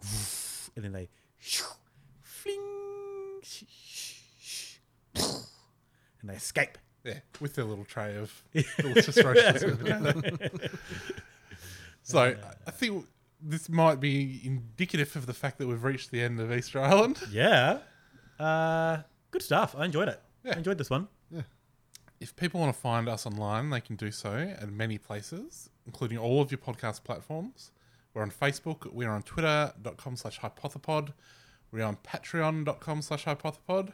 S6: and then they, fling, and they escape.
S5: Yeah, with their little tray of delicious roasted sweet potato. so I- I think this might be indicative of the fact that we've reached the end of Easter Island.
S6: Yeah. Uh, good stuff. I enjoyed it. I enjoyed this one.
S5: If people want to find us online, they can do so at many places, including all of your podcast platforms. We're on Facebook. We're on twitter.com slash hypothepod. We're on patreon.com slash hypothepod.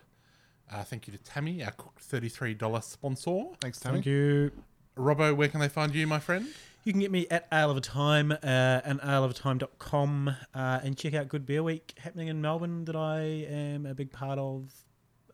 S5: Uh, thank you to Tammy, our $33 sponsor.
S7: Thanks, Tammy.
S6: Thank you.
S5: Robbo, where can they find you, my friend?
S6: You can get me at Ale of a Time uh, and aleofatime.com uh, and check out Good Beer Week happening in Melbourne that I am a big part of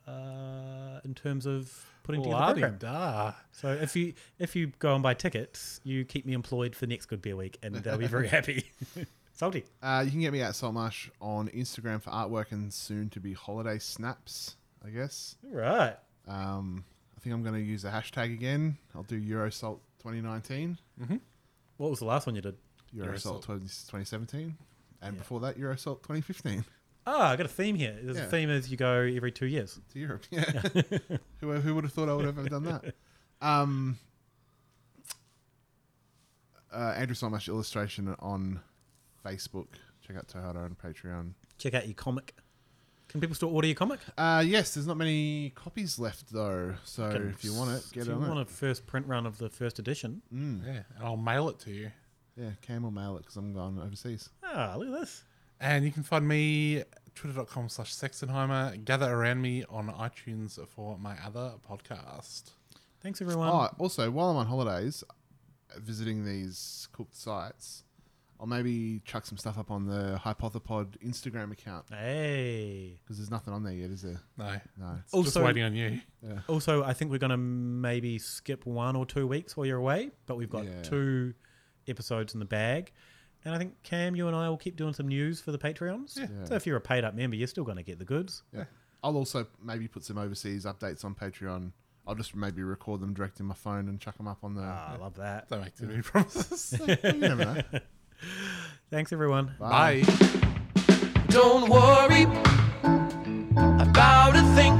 S6: uh, in terms of putting together the program.
S5: La-di-da.
S6: So if you if you go and buy tickets, you keep me employed for next Good Beer Week, and they'll be very happy. Salty.
S7: Uh, you can get me at Saltmarsh on Instagram for artwork and soon to be holiday snaps, I guess.
S6: Right.
S7: Um, I think I'm going to use the hashtag again. I'll do Eurosalt 2019,
S6: What was the last one you did?
S7: Eurosalt, 20, 2017, and before that, Eurosalt 2015
S6: Ah, I got a theme here. The
S7: Yeah.
S6: theme is you go every two years.
S7: to Europe. Yeah. who, who would have thought I would have ever done that? Um, uh, Andrew Saltmarsh illustration on Facebook. Check out Tohara on Patreon.
S6: Check out your comic. Can people still order your comic?
S7: Uh, yes, there's not many copies left though, so
S6: Fucking
S7: if you want it, get
S6: if
S7: on
S6: you
S7: it.
S6: want a first print run of the first edition.
S7: Mm.
S5: Yeah, and I'll mail it to you.
S7: Yeah, Cam will mail it because I'm gone overseas.
S6: Ah, look at this.
S5: And you can find me twitter.com slash Sexenheimer. Gather around me on iTunes for my other podcast.
S6: Thanks everyone.
S7: Oh, also, while I'm on holidays, uh, visiting these cooked sites, I'll maybe chuck some stuff up on the Hypothepod Instagram account.
S6: Hey, Oh,
S7: because there's nothing on there yet, is there?
S5: No,
S7: no. Yeah.
S6: Also, I think we're going to maybe skip one or two weeks while you're away, but we've got
S7: Yeah.
S6: two episodes in the bag. And I think Cam, you and I will keep doing some news for the Patreons.
S7: Yeah.
S6: So if you're a paid up member, you're still going to get the goods.
S7: Yeah. I'll also maybe put some overseas updates on Patreon. I'll just maybe record them direct in my phone and chuck them up on the.
S6: Ah, I love that.
S5: Don't make too many promises.
S7: you never know.
S6: Thanks, everyone.
S7: Bye.
S10: Don't worry about a thing.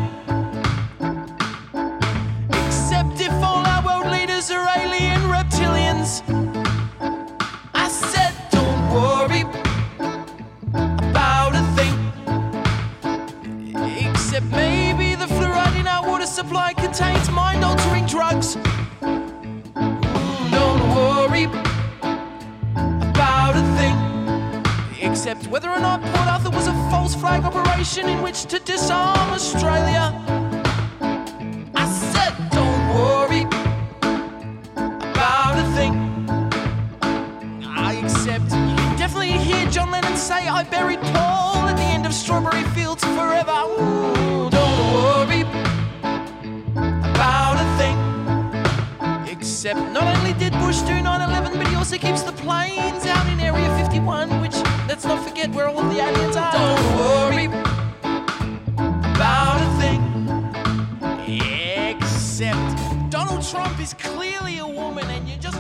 S10: Except if all our world leaders are alien reptilians. I said, don't worry about a thing. Except maybe the fluoride in our water supply contains mind altering drugs. Mm, Don't worry about a thing. Except whether or not Port Arthur was a false flag operation in which to disarm Australia. I said, don't worry about a thing. I accept. You can definitely hear John Lennon say, I buried Paul at the end of Strawberry Fields forever. Ooh, don't worry about a thing. Except not only did Bush do 9-11, but he also keeps the planes out in Area 51, which let's not forget where all of the aliens are. Don't worry about a thing. Except Donald Trump is clearly a woman and you're just